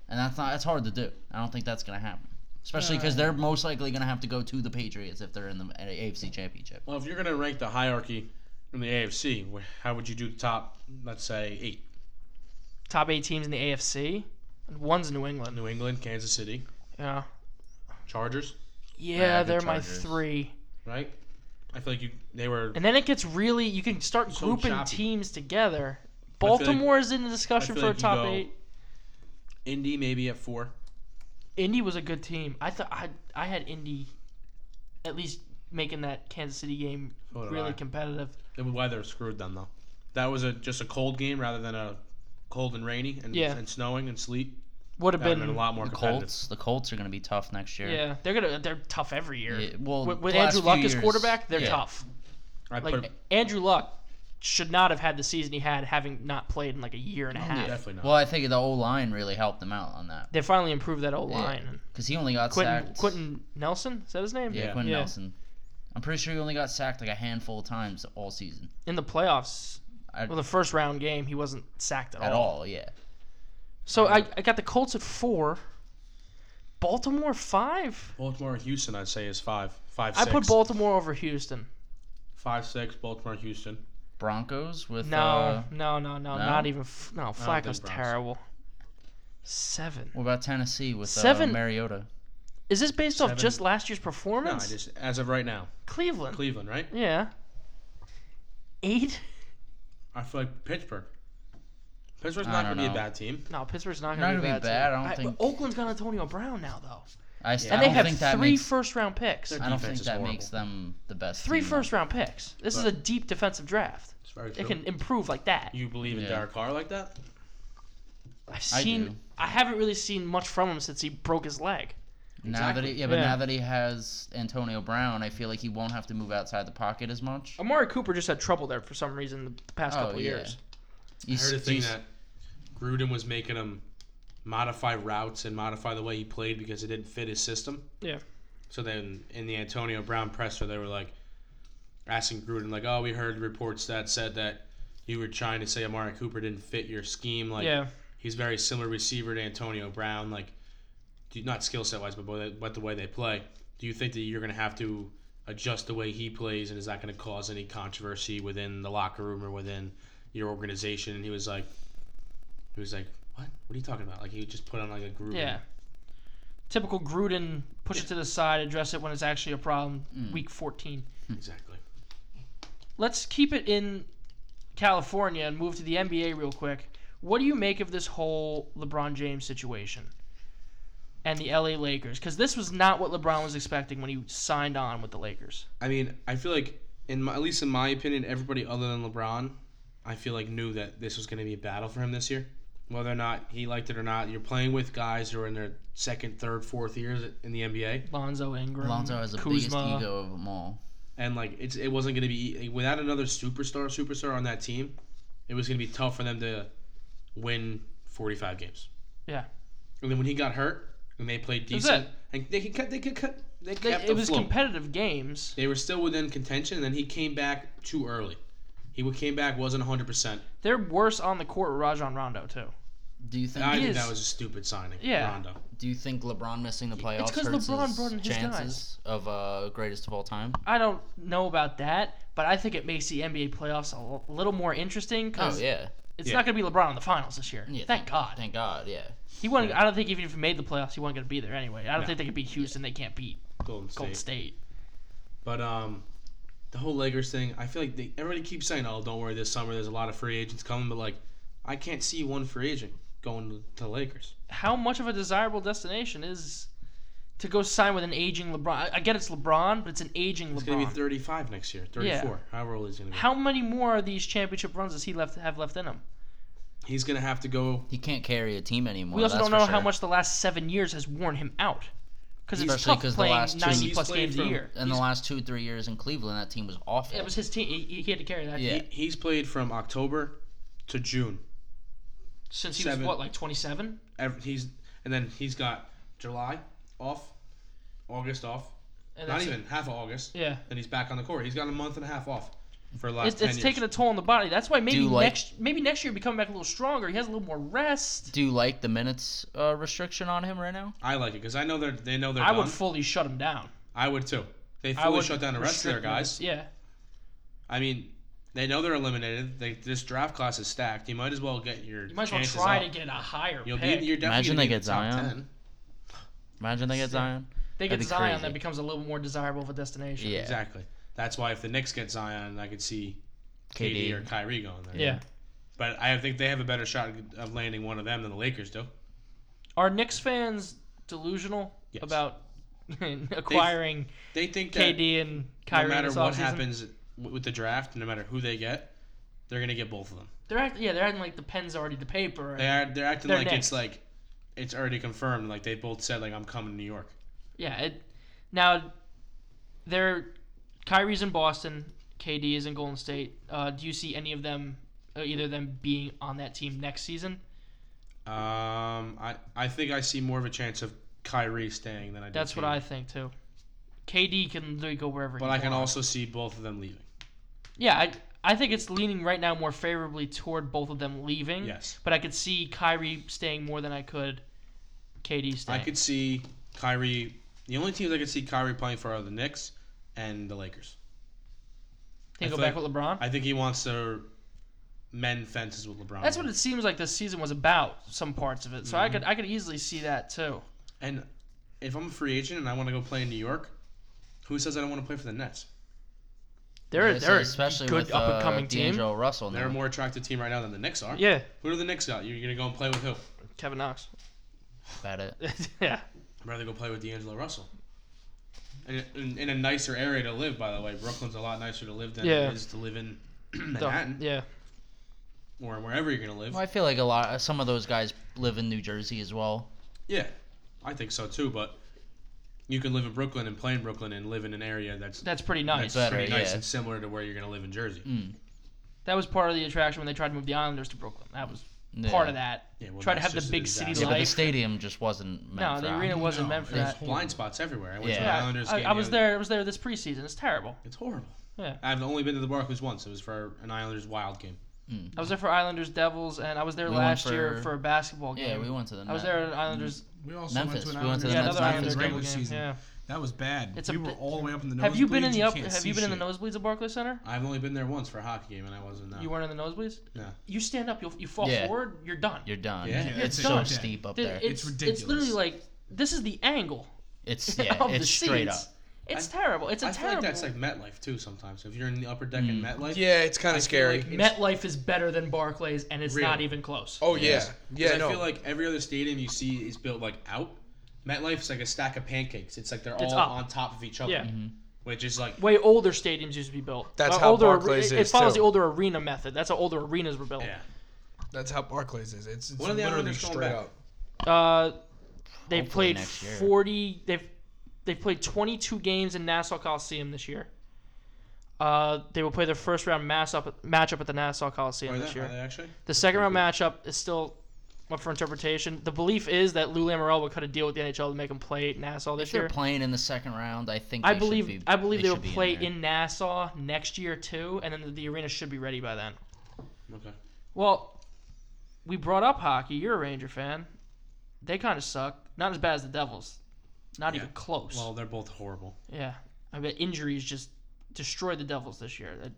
Speaker 2: and that's not that's hard to do. I don't think that's going to happen. Especially
Speaker 1: Uh,
Speaker 2: because they're most likely going to have to go to the Patriots if they're in the AFC Championship.
Speaker 3: Well, if you're going to rank the hierarchy in the AFC, wh- how would you do the top, let's say, eight?
Speaker 1: top eight teams in the AFC. And One's New England.
Speaker 3: New England, Kansas City,
Speaker 1: Yeah,
Speaker 3: Chargers,
Speaker 1: yeah,
Speaker 2: good
Speaker 1: they're my
Speaker 2: Chargers.
Speaker 1: three.
Speaker 3: right? I feel like you they were.
Speaker 1: And then it gets really you can start
Speaker 3: So
Speaker 1: grouping
Speaker 3: choppy.
Speaker 1: teams together.
Speaker 3: feel like-
Speaker 1: Baltimore is in the discussion
Speaker 3: I feel
Speaker 1: for a
Speaker 3: like you
Speaker 1: top
Speaker 3: go-
Speaker 1: eight.
Speaker 3: Indy maybe at four.
Speaker 1: Indy was a good team. I thought I I had Indy at least making that Kansas City game
Speaker 3: So did
Speaker 1: really
Speaker 3: I.
Speaker 1: competitive.
Speaker 3: The weather screwed them though. That was a just a cold game rather than a cold and rainy and,
Speaker 1: Yeah.
Speaker 3: and snowing and sleet.
Speaker 1: Would have
Speaker 3: That would
Speaker 1: been
Speaker 3: been a lot more
Speaker 2: The
Speaker 3: competitive.
Speaker 2: Colts, the Colts are going to be tough next year.
Speaker 1: Yeah, they're gonna they're tough every year.
Speaker 2: Yeah, well,
Speaker 1: with with
Speaker 2: the last
Speaker 1: Andrew Luck
Speaker 2: few
Speaker 1: as
Speaker 2: years-
Speaker 1: quarterback, they're
Speaker 2: yeah.
Speaker 1: tough.
Speaker 3: I
Speaker 1: Like
Speaker 3: put
Speaker 1: Andrew Luck should not have had the season he had, having not played in like a year
Speaker 2: Oh,
Speaker 1: and a half.
Speaker 3: Definitely not.
Speaker 2: Well, I think the O line really helped him out on that
Speaker 1: They finally improved that old
Speaker 2: Yeah.
Speaker 1: line.
Speaker 2: because he only got
Speaker 1: Quentin,
Speaker 2: sacked.
Speaker 1: Quentin Nelson is that his name?
Speaker 2: yeah, Quentin Nelson. I'm pretty sure he only got sacked like a handful of times all season.
Speaker 1: In the playoffs,
Speaker 2: I-
Speaker 1: well, the first round game, he wasn't sacked at,
Speaker 2: At
Speaker 1: all.
Speaker 2: all, yeah.
Speaker 1: So I, I got the Colts at four, Baltimore five.
Speaker 3: Baltimore and Houston, I'd say, is five. Five,
Speaker 1: I
Speaker 3: six.
Speaker 1: put Baltimore over Houston.
Speaker 3: Five, six, Baltimore, and Houston.
Speaker 2: Broncos with
Speaker 1: No,
Speaker 2: uh,
Speaker 1: no, no, no,
Speaker 2: no?
Speaker 1: not even. F- no,
Speaker 3: think Browns.
Speaker 1: Flacco's terrible. Seven.
Speaker 2: What about Tennessee with
Speaker 1: Seven-
Speaker 2: Uh, Mariota?
Speaker 1: Is this based off
Speaker 3: Seven.
Speaker 1: just last year's
Speaker 3: No, I
Speaker 1: performance?
Speaker 3: just, as of right now,
Speaker 1: Cleveland.
Speaker 3: Cleveland, right?
Speaker 1: yeah. Eight.
Speaker 3: I feel like Pittsburgh. Pittsburgh's
Speaker 2: I
Speaker 3: not going
Speaker 2: don't
Speaker 3: to be a
Speaker 2: know.
Speaker 3: bad team.
Speaker 1: No, Pittsburgh's not
Speaker 2: Not
Speaker 1: going to be
Speaker 2: gonna
Speaker 1: bad.
Speaker 2: be bad,
Speaker 1: too.
Speaker 2: I don't think-
Speaker 1: Oakland's got Antonio Brown now, though,
Speaker 2: I, s-
Speaker 1: and
Speaker 2: I don't
Speaker 1: they have
Speaker 2: think that
Speaker 1: three
Speaker 2: makes.
Speaker 1: round picks.
Speaker 3: They're
Speaker 2: I don't
Speaker 3: defense
Speaker 2: think
Speaker 3: is
Speaker 2: that
Speaker 3: horrible.
Speaker 2: makes them the best.
Speaker 1: Three
Speaker 2: team,
Speaker 1: first round picks. This is
Speaker 3: But-
Speaker 1: a deep defensive draft.
Speaker 3: It's very true.
Speaker 1: It can improve like that.
Speaker 3: You believe in
Speaker 2: Yeah.
Speaker 3: Derek Carr like that?
Speaker 1: I've
Speaker 2: I
Speaker 1: seen.
Speaker 2: do.
Speaker 1: I haven't really seen much from him since he broke his leg.
Speaker 2: Now that he, yeah, but
Speaker 1: Yeah.
Speaker 2: now that he has Antonio Brown, I feel like he won't have to move outside the pocket as much.
Speaker 1: Amari Cooper just had trouble there for some reason the past
Speaker 2: Oh,
Speaker 1: couple
Speaker 2: yeah.
Speaker 1: years.
Speaker 3: I heard a thing that Gruden was making him modify routes and modify the way he played because it didn't fit his system.
Speaker 1: Yeah.
Speaker 3: So then in the Antonio Brown presser, they were like asking Gruden, like, "Oh, we heard reports that said that you were trying to say Amari Cooper didn't fit your scheme. Like,
Speaker 1: yeah.
Speaker 3: he's very similar receiver to Antonio Brown. Like, do, not skill set wise, but boy- but the way they play. Do you think that you're going to have to adjust the way he plays, and is that going to cause any controversy within the locker room or within your organization?" And he was like, "He was like, what? What are you talking about? Like, he just put on like a groove.
Speaker 1: Yeah. Typical Gruden, push it to the side, address it when it's actually a problem.
Speaker 2: Mm.
Speaker 1: Week 14.
Speaker 3: exactly.
Speaker 1: Let's keep it in California and move to the NBA real quick. What do you make of this whole LeBron James situation and the LA Lakers? Because this was not what LeBron was expecting when he signed on with the Lakers.
Speaker 3: I mean, I feel like in my, at least in my opinion, everybody other than LeBron, I feel like knew that this was going to be a battle for him this year. Whether or not he liked it or not, you're playing with guys who are in their second, third, fourth years in the NBA,
Speaker 1: Lonzo Ingram.
Speaker 2: Alonzo has the biggest
Speaker 1: Kuzma.
Speaker 2: ego of them all.
Speaker 3: and like it's it wasn't going to be e, without another superstar, superstar on that team, it was going to be tough for them to win 45 games.
Speaker 1: Yeah.
Speaker 3: And then when he got hurt, and they played
Speaker 1: was
Speaker 3: decent, and they could cut, they could cut, they
Speaker 1: They-
Speaker 3: kept
Speaker 1: it
Speaker 3: the
Speaker 1: was
Speaker 3: flow.
Speaker 1: competitive games.
Speaker 3: They were still within contention, and then he came back too early. He came back wasn't 100. percent
Speaker 1: They're worse on the court with Rajon Rondo, too.
Speaker 2: Do you think?
Speaker 3: I
Speaker 1: He
Speaker 3: think
Speaker 1: is-
Speaker 3: that was a stupid signing.
Speaker 1: Yeah.
Speaker 3: Rondo.
Speaker 2: do you think LeBron missing the playoffs
Speaker 1: 'cause
Speaker 2: hurts
Speaker 1: LeBron
Speaker 2: his
Speaker 1: brought in his
Speaker 2: chances of uh, greatest of all time?
Speaker 1: I don't know about that, but I think it makes the NBA playoffs a l- little more interesting
Speaker 2: Oh
Speaker 1: because
Speaker 2: yeah.
Speaker 1: it's
Speaker 3: Yeah.
Speaker 1: not going to be LeBron in the finals this year.
Speaker 2: yeah
Speaker 1: thank God.
Speaker 2: Thank God. Yeah.
Speaker 1: He wasn't. I don't think even if he made the playoffs, he wasn't going to be there anyway. I don't
Speaker 3: No.
Speaker 1: think they could beat Houston. They can't beat
Speaker 3: Golden State.
Speaker 1: Golden State.
Speaker 3: But um, the whole Lakers thing, I feel like they, everybody keeps saying, "Oh, don't worry, this summer there's a lot of free agents coming." But like, I can't see one free agent going to the Lakers.
Speaker 1: How much of a desirable destination is to go sign with an aging LeBron? I, I get it's LeBron, but it's an aging
Speaker 3: He's
Speaker 1: LeBron.
Speaker 3: gonna be 35 next year, 34,
Speaker 1: Yeah.
Speaker 3: however old he's gonna be.
Speaker 1: How many more of these championship runs does he left have left in him?
Speaker 3: he's gonna have to go.
Speaker 2: He can't carry a team anymore.
Speaker 1: We also
Speaker 2: that's
Speaker 1: don't know
Speaker 2: for
Speaker 1: how
Speaker 2: sure.
Speaker 1: much the last seven years has worn him out. Because it's
Speaker 2: Especially
Speaker 1: tough
Speaker 2: 'cause the
Speaker 1: playing
Speaker 2: last two-
Speaker 1: ninety
Speaker 3: He's
Speaker 1: plus
Speaker 3: played
Speaker 1: games a
Speaker 3: from-
Speaker 1: year.
Speaker 2: In the last two three years in Cleveland, that team was awful.
Speaker 1: It was his team. He, he had to carry that
Speaker 2: Yeah.
Speaker 1: team
Speaker 3: he- he's played from October to June.
Speaker 1: since he
Speaker 3: Seven.
Speaker 1: was what, like twenty seven?
Speaker 3: Ev- He's and then he's got July off, August off, not even half of August.
Speaker 1: Yeah.
Speaker 3: Then he's back on the court. He's got a month and a half off for the last
Speaker 1: It's,
Speaker 3: 10
Speaker 1: it's
Speaker 3: years.
Speaker 1: taking a toll on the body. That's why maybe
Speaker 2: you like-
Speaker 1: next maybe next year he'll be coming back a little stronger. He has a little more rest.
Speaker 2: Do you like the minutes uh, restriction on him right now?
Speaker 3: I like it because I know they're they know they're.
Speaker 1: I
Speaker 3: done.
Speaker 1: would fully shut him down.
Speaker 3: I would too. They
Speaker 1: I
Speaker 3: fully
Speaker 1: would
Speaker 3: shut down the rest of their
Speaker 1: restrict
Speaker 3: guys.
Speaker 1: minutes. Yeah.
Speaker 3: I mean, they know they're eliminated. They, this draft class is stacked. You might as well get your.
Speaker 1: You might as well
Speaker 3: chances
Speaker 1: try
Speaker 3: up.
Speaker 1: to get a higher
Speaker 3: You'll
Speaker 1: pick.
Speaker 3: be. You're definitely
Speaker 2: Imagine
Speaker 3: gonna
Speaker 2: they
Speaker 3: be in
Speaker 2: get
Speaker 3: the top
Speaker 2: Zion.
Speaker 3: 10.
Speaker 2: Imagine they get Zion.
Speaker 1: they
Speaker 2: that'd
Speaker 1: get
Speaker 2: be
Speaker 1: Zion,
Speaker 2: crazy.
Speaker 1: that becomes a little more desirable of a destination.
Speaker 2: Yeah.
Speaker 3: Exactly. That's why if the Knicks get Zion, I could see KD,
Speaker 2: KD.
Speaker 3: or Kyrie going there.
Speaker 1: Yeah.
Speaker 3: But I think they have a better shot of landing one of them than the Lakers do.
Speaker 1: Are Knicks fans delusional
Speaker 3: Yes.
Speaker 1: about acquiring
Speaker 3: They think that
Speaker 1: KD and
Speaker 3: no
Speaker 1: Kyrie
Speaker 3: matter
Speaker 1: this
Speaker 3: what
Speaker 1: offseason?
Speaker 3: happens w- with the draft, no matter who they get, they're gonna get both of them.
Speaker 1: They're act- yeah, they're acting like the pen's already to paper.
Speaker 3: They are they're acting
Speaker 1: They're
Speaker 3: like
Speaker 1: next.
Speaker 3: it's like it's already confirmed. Like they both said, like I'm coming to New York.
Speaker 1: Yeah. It, now, they're Kyrie's in Boston. KD is in Golden State, uh, do you see any of them, uh, either of them being on that team next season?
Speaker 3: Um, I, I think I see more of a chance of Kyrie staying than I do.
Speaker 1: That's what
Speaker 3: KD.
Speaker 1: I think too. KD can literally go wherever.
Speaker 3: But
Speaker 1: he
Speaker 3: I can
Speaker 1: wants.
Speaker 3: also see both of them leaving.
Speaker 1: Yeah, I I think it's leaning right now more favorably toward both of them leaving.
Speaker 3: Yes.
Speaker 1: But I could see Kyrie staying more than I could KD
Speaker 3: I
Speaker 1: staying.
Speaker 3: could see Kyrie. The only teams I could see Kyrie playing for are the Knicks and the Lakers.
Speaker 1: They
Speaker 3: I
Speaker 1: go
Speaker 3: feel
Speaker 1: back
Speaker 3: like-
Speaker 1: with LeBron.
Speaker 3: I think he wants to mend fences with LeBron.
Speaker 1: That's what it seems like this season was about. Some parts of it, so I could
Speaker 3: Mm-hmm.
Speaker 1: I could easily see that too.
Speaker 3: And if I'm a free agent and I want to go play in New York, who says I don't want to play for the Nets?
Speaker 1: They're
Speaker 2: They say,
Speaker 1: they're
Speaker 2: especially
Speaker 1: a good
Speaker 2: with,
Speaker 1: up and coming
Speaker 2: uh,
Speaker 1: team.
Speaker 2: D'Angelo Russell.
Speaker 3: They're a
Speaker 2: now.
Speaker 3: more attractive team right now than the Knicks are.
Speaker 1: Mm-hmm. Yeah,
Speaker 3: Who do the Knicks got? You're gonna go and play with who?
Speaker 1: Kevin Knox.
Speaker 2: about it.
Speaker 1: yeah,
Speaker 3: I'd rather go play with D'Angelo Russell. In, in, in a nicer area to live, by the way. Brooklyn's a lot nicer to live than
Speaker 1: Yeah.
Speaker 3: it is to live in
Speaker 1: The-
Speaker 3: Manhattan
Speaker 1: yeah.
Speaker 3: or wherever you're gonna live.
Speaker 2: Well, I feel like a lot. uh, Some of those guys live in New Jersey as well.
Speaker 3: Yeah, I think so too. But you can live in Brooklyn and play in Brooklyn and live in an area that's
Speaker 1: That's pretty
Speaker 3: that's
Speaker 1: nice.
Speaker 2: better,
Speaker 3: pretty nice
Speaker 2: yeah.
Speaker 3: and similar to where you're gonna live in Jersey.
Speaker 2: Mm.
Speaker 1: That was part of the attraction when they tried to move the Islanders to Brooklyn. That was
Speaker 2: Yeah.
Speaker 1: part of that.
Speaker 3: Yeah, well,
Speaker 1: Try to
Speaker 3: that's
Speaker 1: have the
Speaker 3: just a
Speaker 1: big city
Speaker 3: disaster.
Speaker 2: Yeah, but the
Speaker 1: life.
Speaker 2: stadium just wasn't. Meant
Speaker 1: No,
Speaker 2: for
Speaker 1: the
Speaker 2: that.
Speaker 1: arena wasn't
Speaker 5: No,
Speaker 1: meant for
Speaker 5: it's
Speaker 1: that.
Speaker 3: There's blind spots everywhere. I went to
Speaker 2: Yeah.
Speaker 3: the
Speaker 1: Yeah,
Speaker 3: Islanders
Speaker 1: I,
Speaker 3: game.
Speaker 1: I was
Speaker 3: the other-
Speaker 1: there. I was there this preseason. It's terrible.
Speaker 3: It's horrible.
Speaker 1: Yeah.
Speaker 3: I've only been to the Barclays once. It was for an Islanders Wild game.
Speaker 1: I was there for Islanders Devils, and I was there
Speaker 2: We went
Speaker 1: last year
Speaker 2: for-
Speaker 1: for a basketball game.
Speaker 2: Yeah, we went Mm. to the.
Speaker 1: I was
Speaker 2: Met.
Speaker 1: there at Islanders.
Speaker 5: We also went
Speaker 2: Memphis.
Speaker 5: to
Speaker 2: We
Speaker 5: an
Speaker 2: went to the
Speaker 5: Islanders
Speaker 1: yeah,
Speaker 2: Memphis
Speaker 1: another
Speaker 5: game
Speaker 1: Islanders
Speaker 5: in the
Speaker 1: Devil
Speaker 5: regular
Speaker 1: game.
Speaker 5: season.
Speaker 1: Yeah.
Speaker 5: That was bad.
Speaker 1: It's a
Speaker 5: we were
Speaker 1: bit-
Speaker 5: all the way up in the.
Speaker 1: Have you been in
Speaker 5: nosebleeds,
Speaker 1: the up?
Speaker 5: can't
Speaker 1: Have
Speaker 5: see
Speaker 1: you been in the
Speaker 5: shit.
Speaker 1: nosebleeds at Barclays Center?
Speaker 3: I've only been there once for a hockey game, and I wasn't. Uh,
Speaker 1: You weren't in the nosebleeds.
Speaker 3: No.
Speaker 1: You stand up. You you fall
Speaker 2: Yeah.
Speaker 1: forward. You're done.
Speaker 2: You're done.
Speaker 3: Yeah. Yeah,
Speaker 2: it's,
Speaker 5: it's
Speaker 2: so
Speaker 5: done.
Speaker 2: steep up
Speaker 1: Dude,
Speaker 2: there.
Speaker 1: It's,
Speaker 5: ridiculous.
Speaker 1: It's literally like this is the angle
Speaker 2: it's yeah.
Speaker 1: of the
Speaker 2: It's straight up.
Speaker 1: seats. It's terrible. It's a
Speaker 3: I feel like
Speaker 1: terrible.
Speaker 3: that's like MetLife too. Sometimes if you're in the upper deck
Speaker 5: Hmm.
Speaker 3: in MetLife,
Speaker 4: Yeah, it's kind of scary.
Speaker 3: like-
Speaker 1: MetLife is better than Barclays, and it's not
Speaker 3: Really?
Speaker 1: even close.
Speaker 4: oh yeah,
Speaker 3: Yes. 'Cause
Speaker 4: yeah.
Speaker 3: I
Speaker 4: no.
Speaker 3: feel like every other stadium you see is built like out. MetLife's like a stack of pancakes. It's like they're
Speaker 1: It's
Speaker 3: all
Speaker 1: up.
Speaker 3: on top of each other,
Speaker 1: Yeah.
Speaker 3: which is like
Speaker 1: Way older stadiums used to be built.
Speaker 4: That's
Speaker 1: Uh,
Speaker 4: how
Speaker 1: older,
Speaker 4: Barclays
Speaker 1: it,
Speaker 4: is,
Speaker 1: It follows
Speaker 4: too.
Speaker 1: the older arena method. That's how older arenas were built.
Speaker 3: yeah.
Speaker 4: That's how Barclays is. It's, it's
Speaker 3: When are the
Speaker 4: literally
Speaker 3: Islanders going
Speaker 4: straight
Speaker 3: back?
Speaker 4: up.
Speaker 1: Uh, they've
Speaker 2: Hopefully
Speaker 1: played
Speaker 2: next year.
Speaker 1: forty. They've they've played twenty two games in Nassau Coliseum this year. Uh, they will play their first round mass up, matchup at the Nassau Coliseum
Speaker 3: Are they,
Speaker 1: this year.
Speaker 3: are they actually?
Speaker 1: The second round matchup is still up for interpretation. The belief is that Lou Lamorel will cut a deal with the NHL to make him play at Nassau this
Speaker 2: If they're
Speaker 1: year.
Speaker 2: playing in the second round, I think.
Speaker 1: I
Speaker 2: they should
Speaker 1: believe
Speaker 2: be-
Speaker 1: I believe they will
Speaker 2: should be
Speaker 1: play
Speaker 2: there.
Speaker 1: in Nassau next year too, and then the, the arena should be ready by then.
Speaker 3: Okay.
Speaker 1: Well, we brought up hockey. You're a Ranger fan. They kind of suck. Not as bad as the Devils. Not
Speaker 3: Yeah.
Speaker 1: even close.
Speaker 3: Well, they're both horrible.
Speaker 1: yeah. I bet injuries just destroyed the Devils this year. That-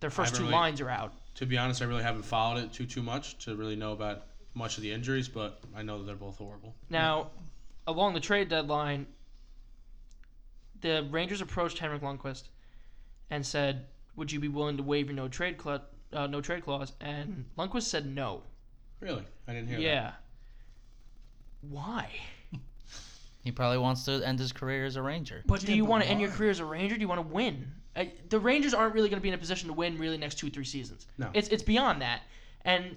Speaker 1: Their first two
Speaker 3: really-
Speaker 1: lines are out.
Speaker 3: To be honest, I really haven't followed it too too much to really know about much of the injuries, but I know that they're both horrible.
Speaker 1: Now, along the trade deadline, the Rangers approached Henrik Lundqvist and said, "Would you be willing to waive your no trade cla- uh, no trade clause?" And Lundqvist said, "No."
Speaker 3: Really, I didn't hear
Speaker 1: Yeah. Why?
Speaker 2: He probably wants to end his career as a Ranger.
Speaker 1: But do
Speaker 5: Yeah,
Speaker 1: you
Speaker 5: but
Speaker 1: want to end
Speaker 5: why?
Speaker 1: your career as a Ranger? Do you want to win? Uh, the Rangers aren't really going to be in a position to win really next two three seasons.
Speaker 3: No.
Speaker 1: It's it's beyond that, and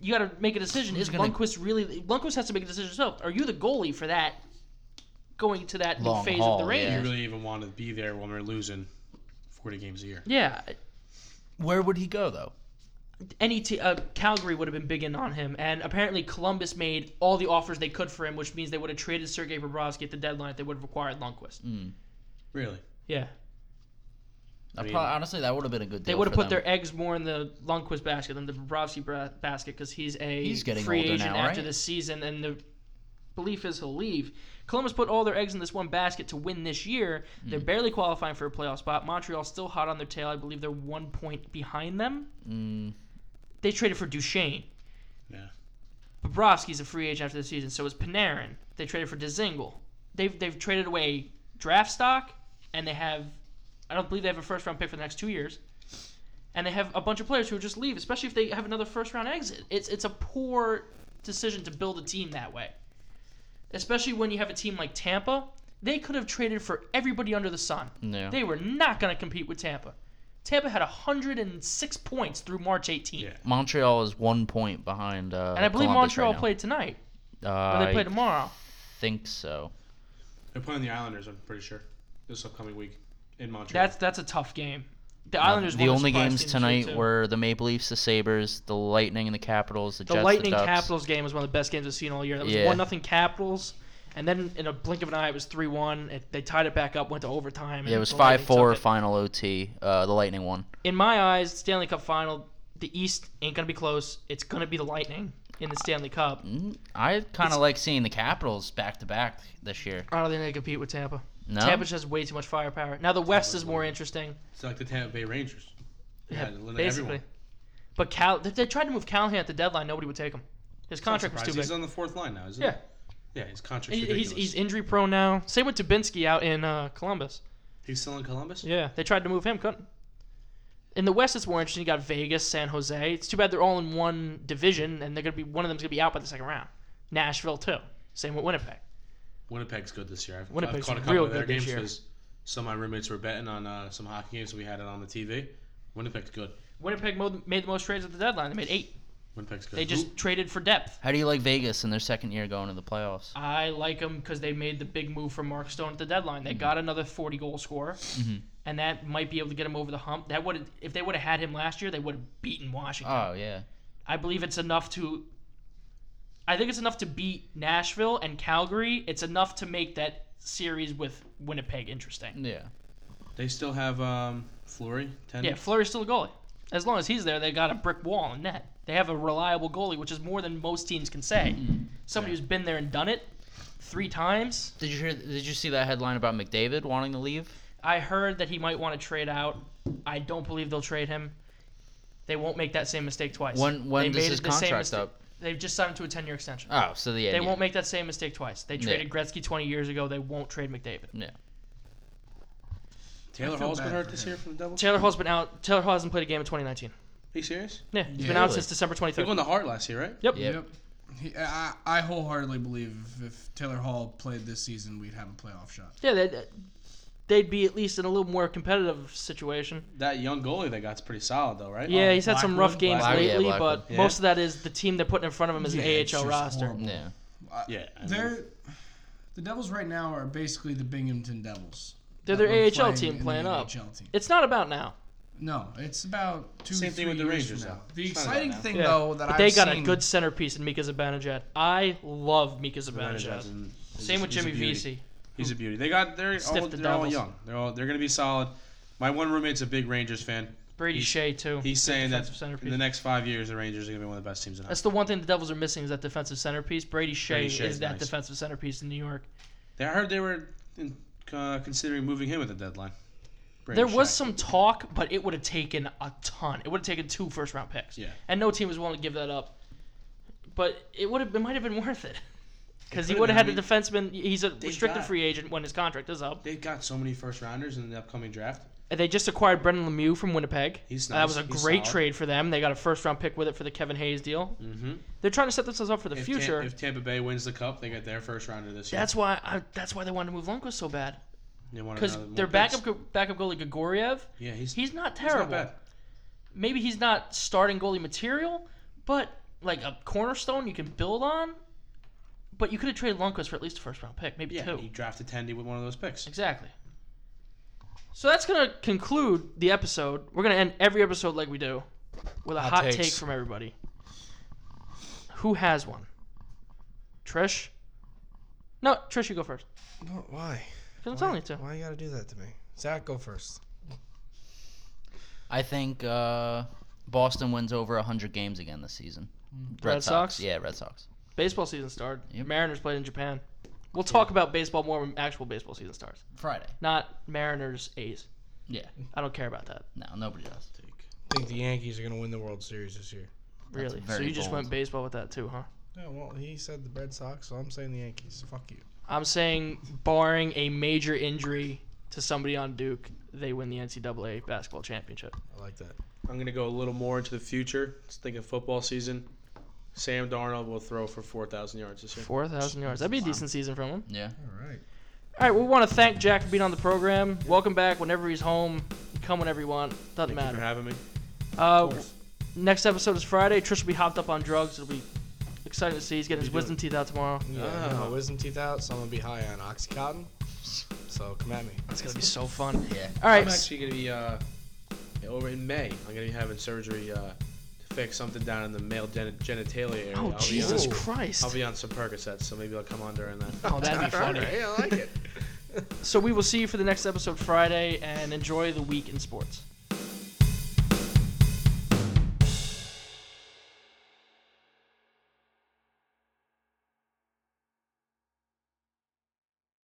Speaker 1: you got to make a decision.
Speaker 2: Who's
Speaker 1: Is
Speaker 2: gonna-
Speaker 1: Lundqvist really? Lundqvist has to make a decision himself. Are you the goalie for that? Going to that
Speaker 2: Long
Speaker 1: new phase
Speaker 2: haul,
Speaker 1: of the
Speaker 2: yeah.
Speaker 1: Rangers.
Speaker 3: that. You really even want to be there when we're losing forty games a year.
Speaker 1: Yeah,
Speaker 2: Where would he go though?
Speaker 1: any t- uh, Calgary would have been big in on him, and apparently Columbus made all the offers they could for him, which means they would have traded Sergei Bobrovsky at the deadline if they would have acquired Lundqvist.
Speaker 3: Really,
Speaker 1: Yeah,
Speaker 2: I
Speaker 3: mean-
Speaker 2: prob- honestly, that would have been a good.
Speaker 1: they
Speaker 2: deal
Speaker 1: would have
Speaker 2: for
Speaker 1: put
Speaker 2: them.
Speaker 1: their eggs more in the Lundqvist basket than the Bobrovsky bra- basket because he's a
Speaker 2: He's getting
Speaker 1: free
Speaker 2: older
Speaker 1: agent
Speaker 2: now,
Speaker 1: after
Speaker 2: right?
Speaker 1: this season, and the belief is he'll leave. Columbus put all their eggs in this one basket to win this year. They're
Speaker 2: Mm.
Speaker 1: barely qualifying for a playoff spot. Montreal's still hot on their tail. I believe they're one point behind them.
Speaker 2: Mm,
Speaker 1: They traded for Duchesne.
Speaker 3: yeah.
Speaker 1: Bobrovsky's a free agent after the season, so is Panarin. They traded for Dezingle. They've they've traded away draft stock, and they have I don't believe they have a first round pick for the next two years. And they have a bunch of players who just leave, especially if they have another first round exit. It's it's a poor decision to build a team that way. Especially when you have a team like Tampa. They could have traded for everybody under the sun.
Speaker 2: yeah.
Speaker 1: They were not gonna compete with Tampa. Tampa had 106 points through March 18th.
Speaker 3: Yeah.
Speaker 2: Montreal is one point behind. Uh,
Speaker 1: And I believe
Speaker 2: Columbus right
Speaker 1: Montreal
Speaker 2: now.
Speaker 1: played tonight.
Speaker 2: Uh,
Speaker 1: Or they play
Speaker 2: I
Speaker 1: tomorrow.
Speaker 2: think so.
Speaker 3: They're playing the Islanders. I'm pretty sure this upcoming week in Montreal.
Speaker 1: That's that's a tough game. The Islanders.
Speaker 2: the
Speaker 1: won
Speaker 2: only
Speaker 1: surprise
Speaker 2: games
Speaker 1: team this year,
Speaker 2: tonight
Speaker 1: too.
Speaker 2: were the Maple Leafs, the Sabers, the Lightning, and the Capitals, the,
Speaker 1: the
Speaker 2: Jets,
Speaker 1: Lightning
Speaker 2: the Ducks.
Speaker 1: Capitals game was one of the best games I've seen all year. That was
Speaker 2: Yeah.
Speaker 1: one nothing Capitals, and then in a blink of an eye, it was three one. They tied it back up, went to overtime. and
Speaker 2: Yeah, it was
Speaker 1: the Lightning
Speaker 2: five four
Speaker 1: took it.
Speaker 2: final OT. Uh, the Lightning won.
Speaker 1: In my eyes, Stanley Cup final, the East ain't gonna be close. It's gonna be the Lightning in the Stanley Cup.
Speaker 2: Mm, I kind of like seeing the Capitals back to back this year.
Speaker 1: I don't think they compete with Tampa.
Speaker 2: No,
Speaker 1: Tampa just has way too much firepower. Now the West is more interesting.
Speaker 3: It's like the Tampa Bay Rangers. They
Speaker 1: Yeah,
Speaker 3: had to let
Speaker 1: basically. But Cal, if they tried to move Callahan at the deadline, nobody would take him. His
Speaker 3: Not
Speaker 1: contract was too
Speaker 3: surprised.
Speaker 1: big.
Speaker 3: He's on the fourth line now, isn't
Speaker 1: Yeah.
Speaker 3: he? Yeah, his contract's
Speaker 1: He-
Speaker 3: ridiculous.
Speaker 1: He's, he's injury prone now. Same with Dubinsky out in uh, Columbus.
Speaker 3: He's still in Columbus?
Speaker 1: Yeah, they tried to move him, couldn't. In the West, it's more interesting. You got Vegas, San Jose. It's too bad they're all in one division, and they're gonna be one of them's gonna be out by the second round. Nashville too. Same with Winnipeg.
Speaker 3: Winnipeg's good this year. I've,
Speaker 1: Winnipeg's
Speaker 3: I've caught a couple
Speaker 1: real
Speaker 3: of their
Speaker 1: good this
Speaker 3: games
Speaker 1: year.
Speaker 3: because some of my roommates were betting on uh, some hockey games, so we had it on the TV. Winnipeg's good.
Speaker 1: Winnipeg mo- made the most trades at the deadline. They made eight.
Speaker 3: Winnipeg's good.
Speaker 1: They just
Speaker 3: Who-
Speaker 1: traded for depth.
Speaker 2: How do you like Vegas in their second year going to the playoffs?
Speaker 1: I like them because they made the big move for Mark Stone at the deadline. They got another 40 goal scorer, and that might be able to get him over the hump. That would if they would have had him last year, they would have beaten Washington.
Speaker 2: Oh yeah,
Speaker 1: I believe it's enough to. I think it's enough to beat Nashville and Calgary. It's enough to make that series with Winnipeg interesting.
Speaker 2: yeah.
Speaker 3: they still have um, Fleury, 10.
Speaker 1: Yeah, Fleury's still a goalie. As long as he's there, they got a brick wall and net. They have a reliable goalie, which is more than most teams can say. Somebody who's been there and done it three times.
Speaker 2: Did you hear? Did you see that headline about McDavid wanting to leave?
Speaker 1: I heard that he might want to trade out. I don't believe they'll trade him. They won't make that same mistake twice.
Speaker 2: When when
Speaker 1: They
Speaker 2: does
Speaker 1: made
Speaker 2: his
Speaker 1: the same
Speaker 2: contract
Speaker 1: mistake-
Speaker 2: up?
Speaker 1: They've just signed him to a ten-year extension.
Speaker 2: Oh, so the
Speaker 1: they won't make that same mistake twice. They
Speaker 2: Yeah.
Speaker 1: traded Gretzky 20 years ago. They won't trade McDavid.
Speaker 3: Taylor
Speaker 5: I feel
Speaker 3: Hall's been
Speaker 5: bad
Speaker 3: hurt
Speaker 5: for
Speaker 3: this
Speaker 5: him.
Speaker 3: year for the Devils? Are
Speaker 1: Taylor Hall's been out. Taylor Hall hasn't played a game in 2019.
Speaker 3: you serious?
Speaker 1: Yeah, he's
Speaker 5: Yeah.
Speaker 1: been out
Speaker 2: Really?
Speaker 1: since December
Speaker 3: They
Speaker 1: 23rd.
Speaker 3: won the heart last year, right?
Speaker 1: Yep.
Speaker 2: Yep.
Speaker 5: Yep. He, I, I wholeheartedly believe if, if Taylor Hall played this season, we'd have a playoff shot.
Speaker 1: Yeah, they'd, they'd be at least in a little more competitive situation.
Speaker 3: That young goalie they got's pretty solid, though, right? Oh,
Speaker 1: Yeah, he's had some rough
Speaker 5: Blackwood?
Speaker 1: games
Speaker 2: Blackwood, yeah,
Speaker 1: lately,
Speaker 2: Blackwood.
Speaker 1: but
Speaker 3: Yeah.
Speaker 1: most of that is the team they're putting in front of him is
Speaker 5: Yeah,
Speaker 1: an AHL
Speaker 5: it's just
Speaker 1: roster.
Speaker 5: horrible.
Speaker 2: Yeah.
Speaker 5: I-
Speaker 3: Yeah, I mean-
Speaker 5: they're the Devils right now are basically the Binghamton Devils.
Speaker 1: They're
Speaker 5: that
Speaker 1: their
Speaker 5: were
Speaker 1: AHL
Speaker 5: playing
Speaker 1: team
Speaker 5: in the
Speaker 1: playing up.
Speaker 5: NHL team.
Speaker 1: It's not about now.
Speaker 5: No, it's about two.
Speaker 3: Same
Speaker 5: three
Speaker 3: thing with the
Speaker 5: years
Speaker 3: Rangers,
Speaker 5: from now.
Speaker 3: though.
Speaker 5: The
Speaker 3: It's not
Speaker 5: exciting
Speaker 3: about now.
Speaker 5: thing
Speaker 1: Yeah.
Speaker 5: though that
Speaker 1: but
Speaker 5: I've
Speaker 1: they got
Speaker 5: seen-
Speaker 1: a good centerpiece in Mika Zibanejad. I love Mika Zibanejad.
Speaker 3: Zibanejad's-
Speaker 1: Same with
Speaker 3: he's a
Speaker 1: Jimmy
Speaker 3: beauty.
Speaker 1: Vesey.
Speaker 3: He's a beauty. They got they're all,
Speaker 1: Stiff the
Speaker 3: they're all
Speaker 1: Devils.
Speaker 3: young. They're all they're gonna be solid. My one roommate's a big Rangers fan.
Speaker 1: Brady
Speaker 3: He's-
Speaker 1: Shea too.
Speaker 3: He's saying that
Speaker 1: defensive
Speaker 3: in
Speaker 1: centerpiece.
Speaker 3: the next five years the Rangers are gonna be one of the best teams in hockey.
Speaker 1: That's the one thing the Devils are missing is that defensive centerpiece. Brady Shea,
Speaker 3: Brady Shea's
Speaker 1: is that
Speaker 3: nice.
Speaker 1: defensive centerpiece in New York.
Speaker 3: They, I heard they were in, uh, considering moving him at the deadline. Brandon
Speaker 1: there was
Speaker 3: Shaq.
Speaker 1: some talk, but it would have taken a ton. It would have taken two first round picks.
Speaker 3: Yeah.
Speaker 1: And no team was willing to give that up. But it would have it might have been worth it. Because he
Speaker 3: could've
Speaker 1: would have had
Speaker 3: been.
Speaker 1: a defenseman. He's a restricted
Speaker 3: got-
Speaker 1: free agent when his contract is up.
Speaker 3: They've got so many first rounders in the upcoming draft.
Speaker 1: And They just acquired Brendan Lemieux from Winnipeg.
Speaker 3: He's
Speaker 1: That
Speaker 3: nice.
Speaker 1: was a
Speaker 3: He's
Speaker 1: great
Speaker 3: solid.
Speaker 1: trade for them. They got a first round pick with it for the Kevin Hayes deal.
Speaker 3: Mm-hmm.
Speaker 1: They're trying to set themselves up for the
Speaker 3: If, Tam-
Speaker 1: future.
Speaker 3: if Tampa Bay wins the cup, they get their first rounder this year.
Speaker 1: that's why I, that's why they wanted to move Lundqvist so bad.
Speaker 3: They want
Speaker 1: Because
Speaker 3: another- more
Speaker 1: their
Speaker 3: picks.
Speaker 1: backup go- backup goalie Gagoriev,
Speaker 3: Yeah, he's
Speaker 1: he's not
Speaker 3: he's
Speaker 1: terrible.
Speaker 3: not bad.
Speaker 1: Maybe he's not starting goalie material, but like a cornerstone you can build on. But you could have traded Lundqvist for at least a first round pick, maybe
Speaker 3: Yeah,
Speaker 1: two.
Speaker 3: he drafted Tendy with one of those picks.
Speaker 1: Exactly. So that's gonna conclude the episode. We're gonna end every episode like we do, with a
Speaker 4: Hot
Speaker 1: hot
Speaker 4: takes.
Speaker 1: take from everybody. Who has one? Trish. No, Trish, you go first.
Speaker 4: No, why?
Speaker 1: Because I'm telling you to.
Speaker 4: Why you gotta do that to me? Zach, go first.
Speaker 2: I think uh, Boston wins over hundred games again this season.
Speaker 1: Red Sox?
Speaker 2: Yeah, Red Sox.
Speaker 1: Baseball season started.
Speaker 2: Yep.
Speaker 1: Mariners played in Japan. We'll talk about baseball more when actual baseball season starts.
Speaker 2: Friday.
Speaker 1: Not Mariners A's.
Speaker 2: Yeah.
Speaker 1: I don't care about that.
Speaker 2: No, nobody does.
Speaker 4: I think the Yankees are gonna win the World Series this year.
Speaker 1: Really. So
Speaker 2: very
Speaker 1: you just
Speaker 2: bold.
Speaker 1: went baseball with that too, huh?
Speaker 4: Yeah, well, he said the Red Sox, so I'm saying the Yankees. Fuck you.
Speaker 1: I'm saying, barring a major injury to somebody on Duke, they win the NCAA basketball championship.
Speaker 4: I like that.
Speaker 3: I'm gonna go a little more into the future. Just thinking football season. Sam Darnold will throw for four thousand yards this year.
Speaker 1: Four thousand yards. That'd be a decent season from him.
Speaker 2: Yeah.
Speaker 4: All right.
Speaker 1: All right, we want to thank Jack for being on the program. Welcome back whenever he's home. Come whenever you want. Doesn't
Speaker 3: Thank you for
Speaker 1: matter.
Speaker 3: having me.
Speaker 1: Uh, next episode is Friday. Trish will be hopped up on drugs. It'll be exciting to see. He's getting his
Speaker 3: Be doing-
Speaker 1: wisdom teeth out tomorrow.
Speaker 4: Yeah, I
Speaker 1: Ah.
Speaker 4: got my wisdom teeth out, so I'm gonna be high on Oxycontin. So come at me.
Speaker 1: It's gonna be so fun.
Speaker 2: Yeah.
Speaker 1: All right.
Speaker 3: I'm actually gonna be uh, over in May, I'm gonna be having surgery uh, to fix something down in the male gen- genitalia area.
Speaker 1: Oh
Speaker 3: I'll
Speaker 1: Jesus
Speaker 3: Be on,
Speaker 1: Christ!
Speaker 3: I'll be on some Percocets, so maybe I'll come on during that.
Speaker 1: oh, that'd be funny.
Speaker 4: Alright, I like it.
Speaker 1: So we will see you for the next episode Friday, and enjoy the week in sports.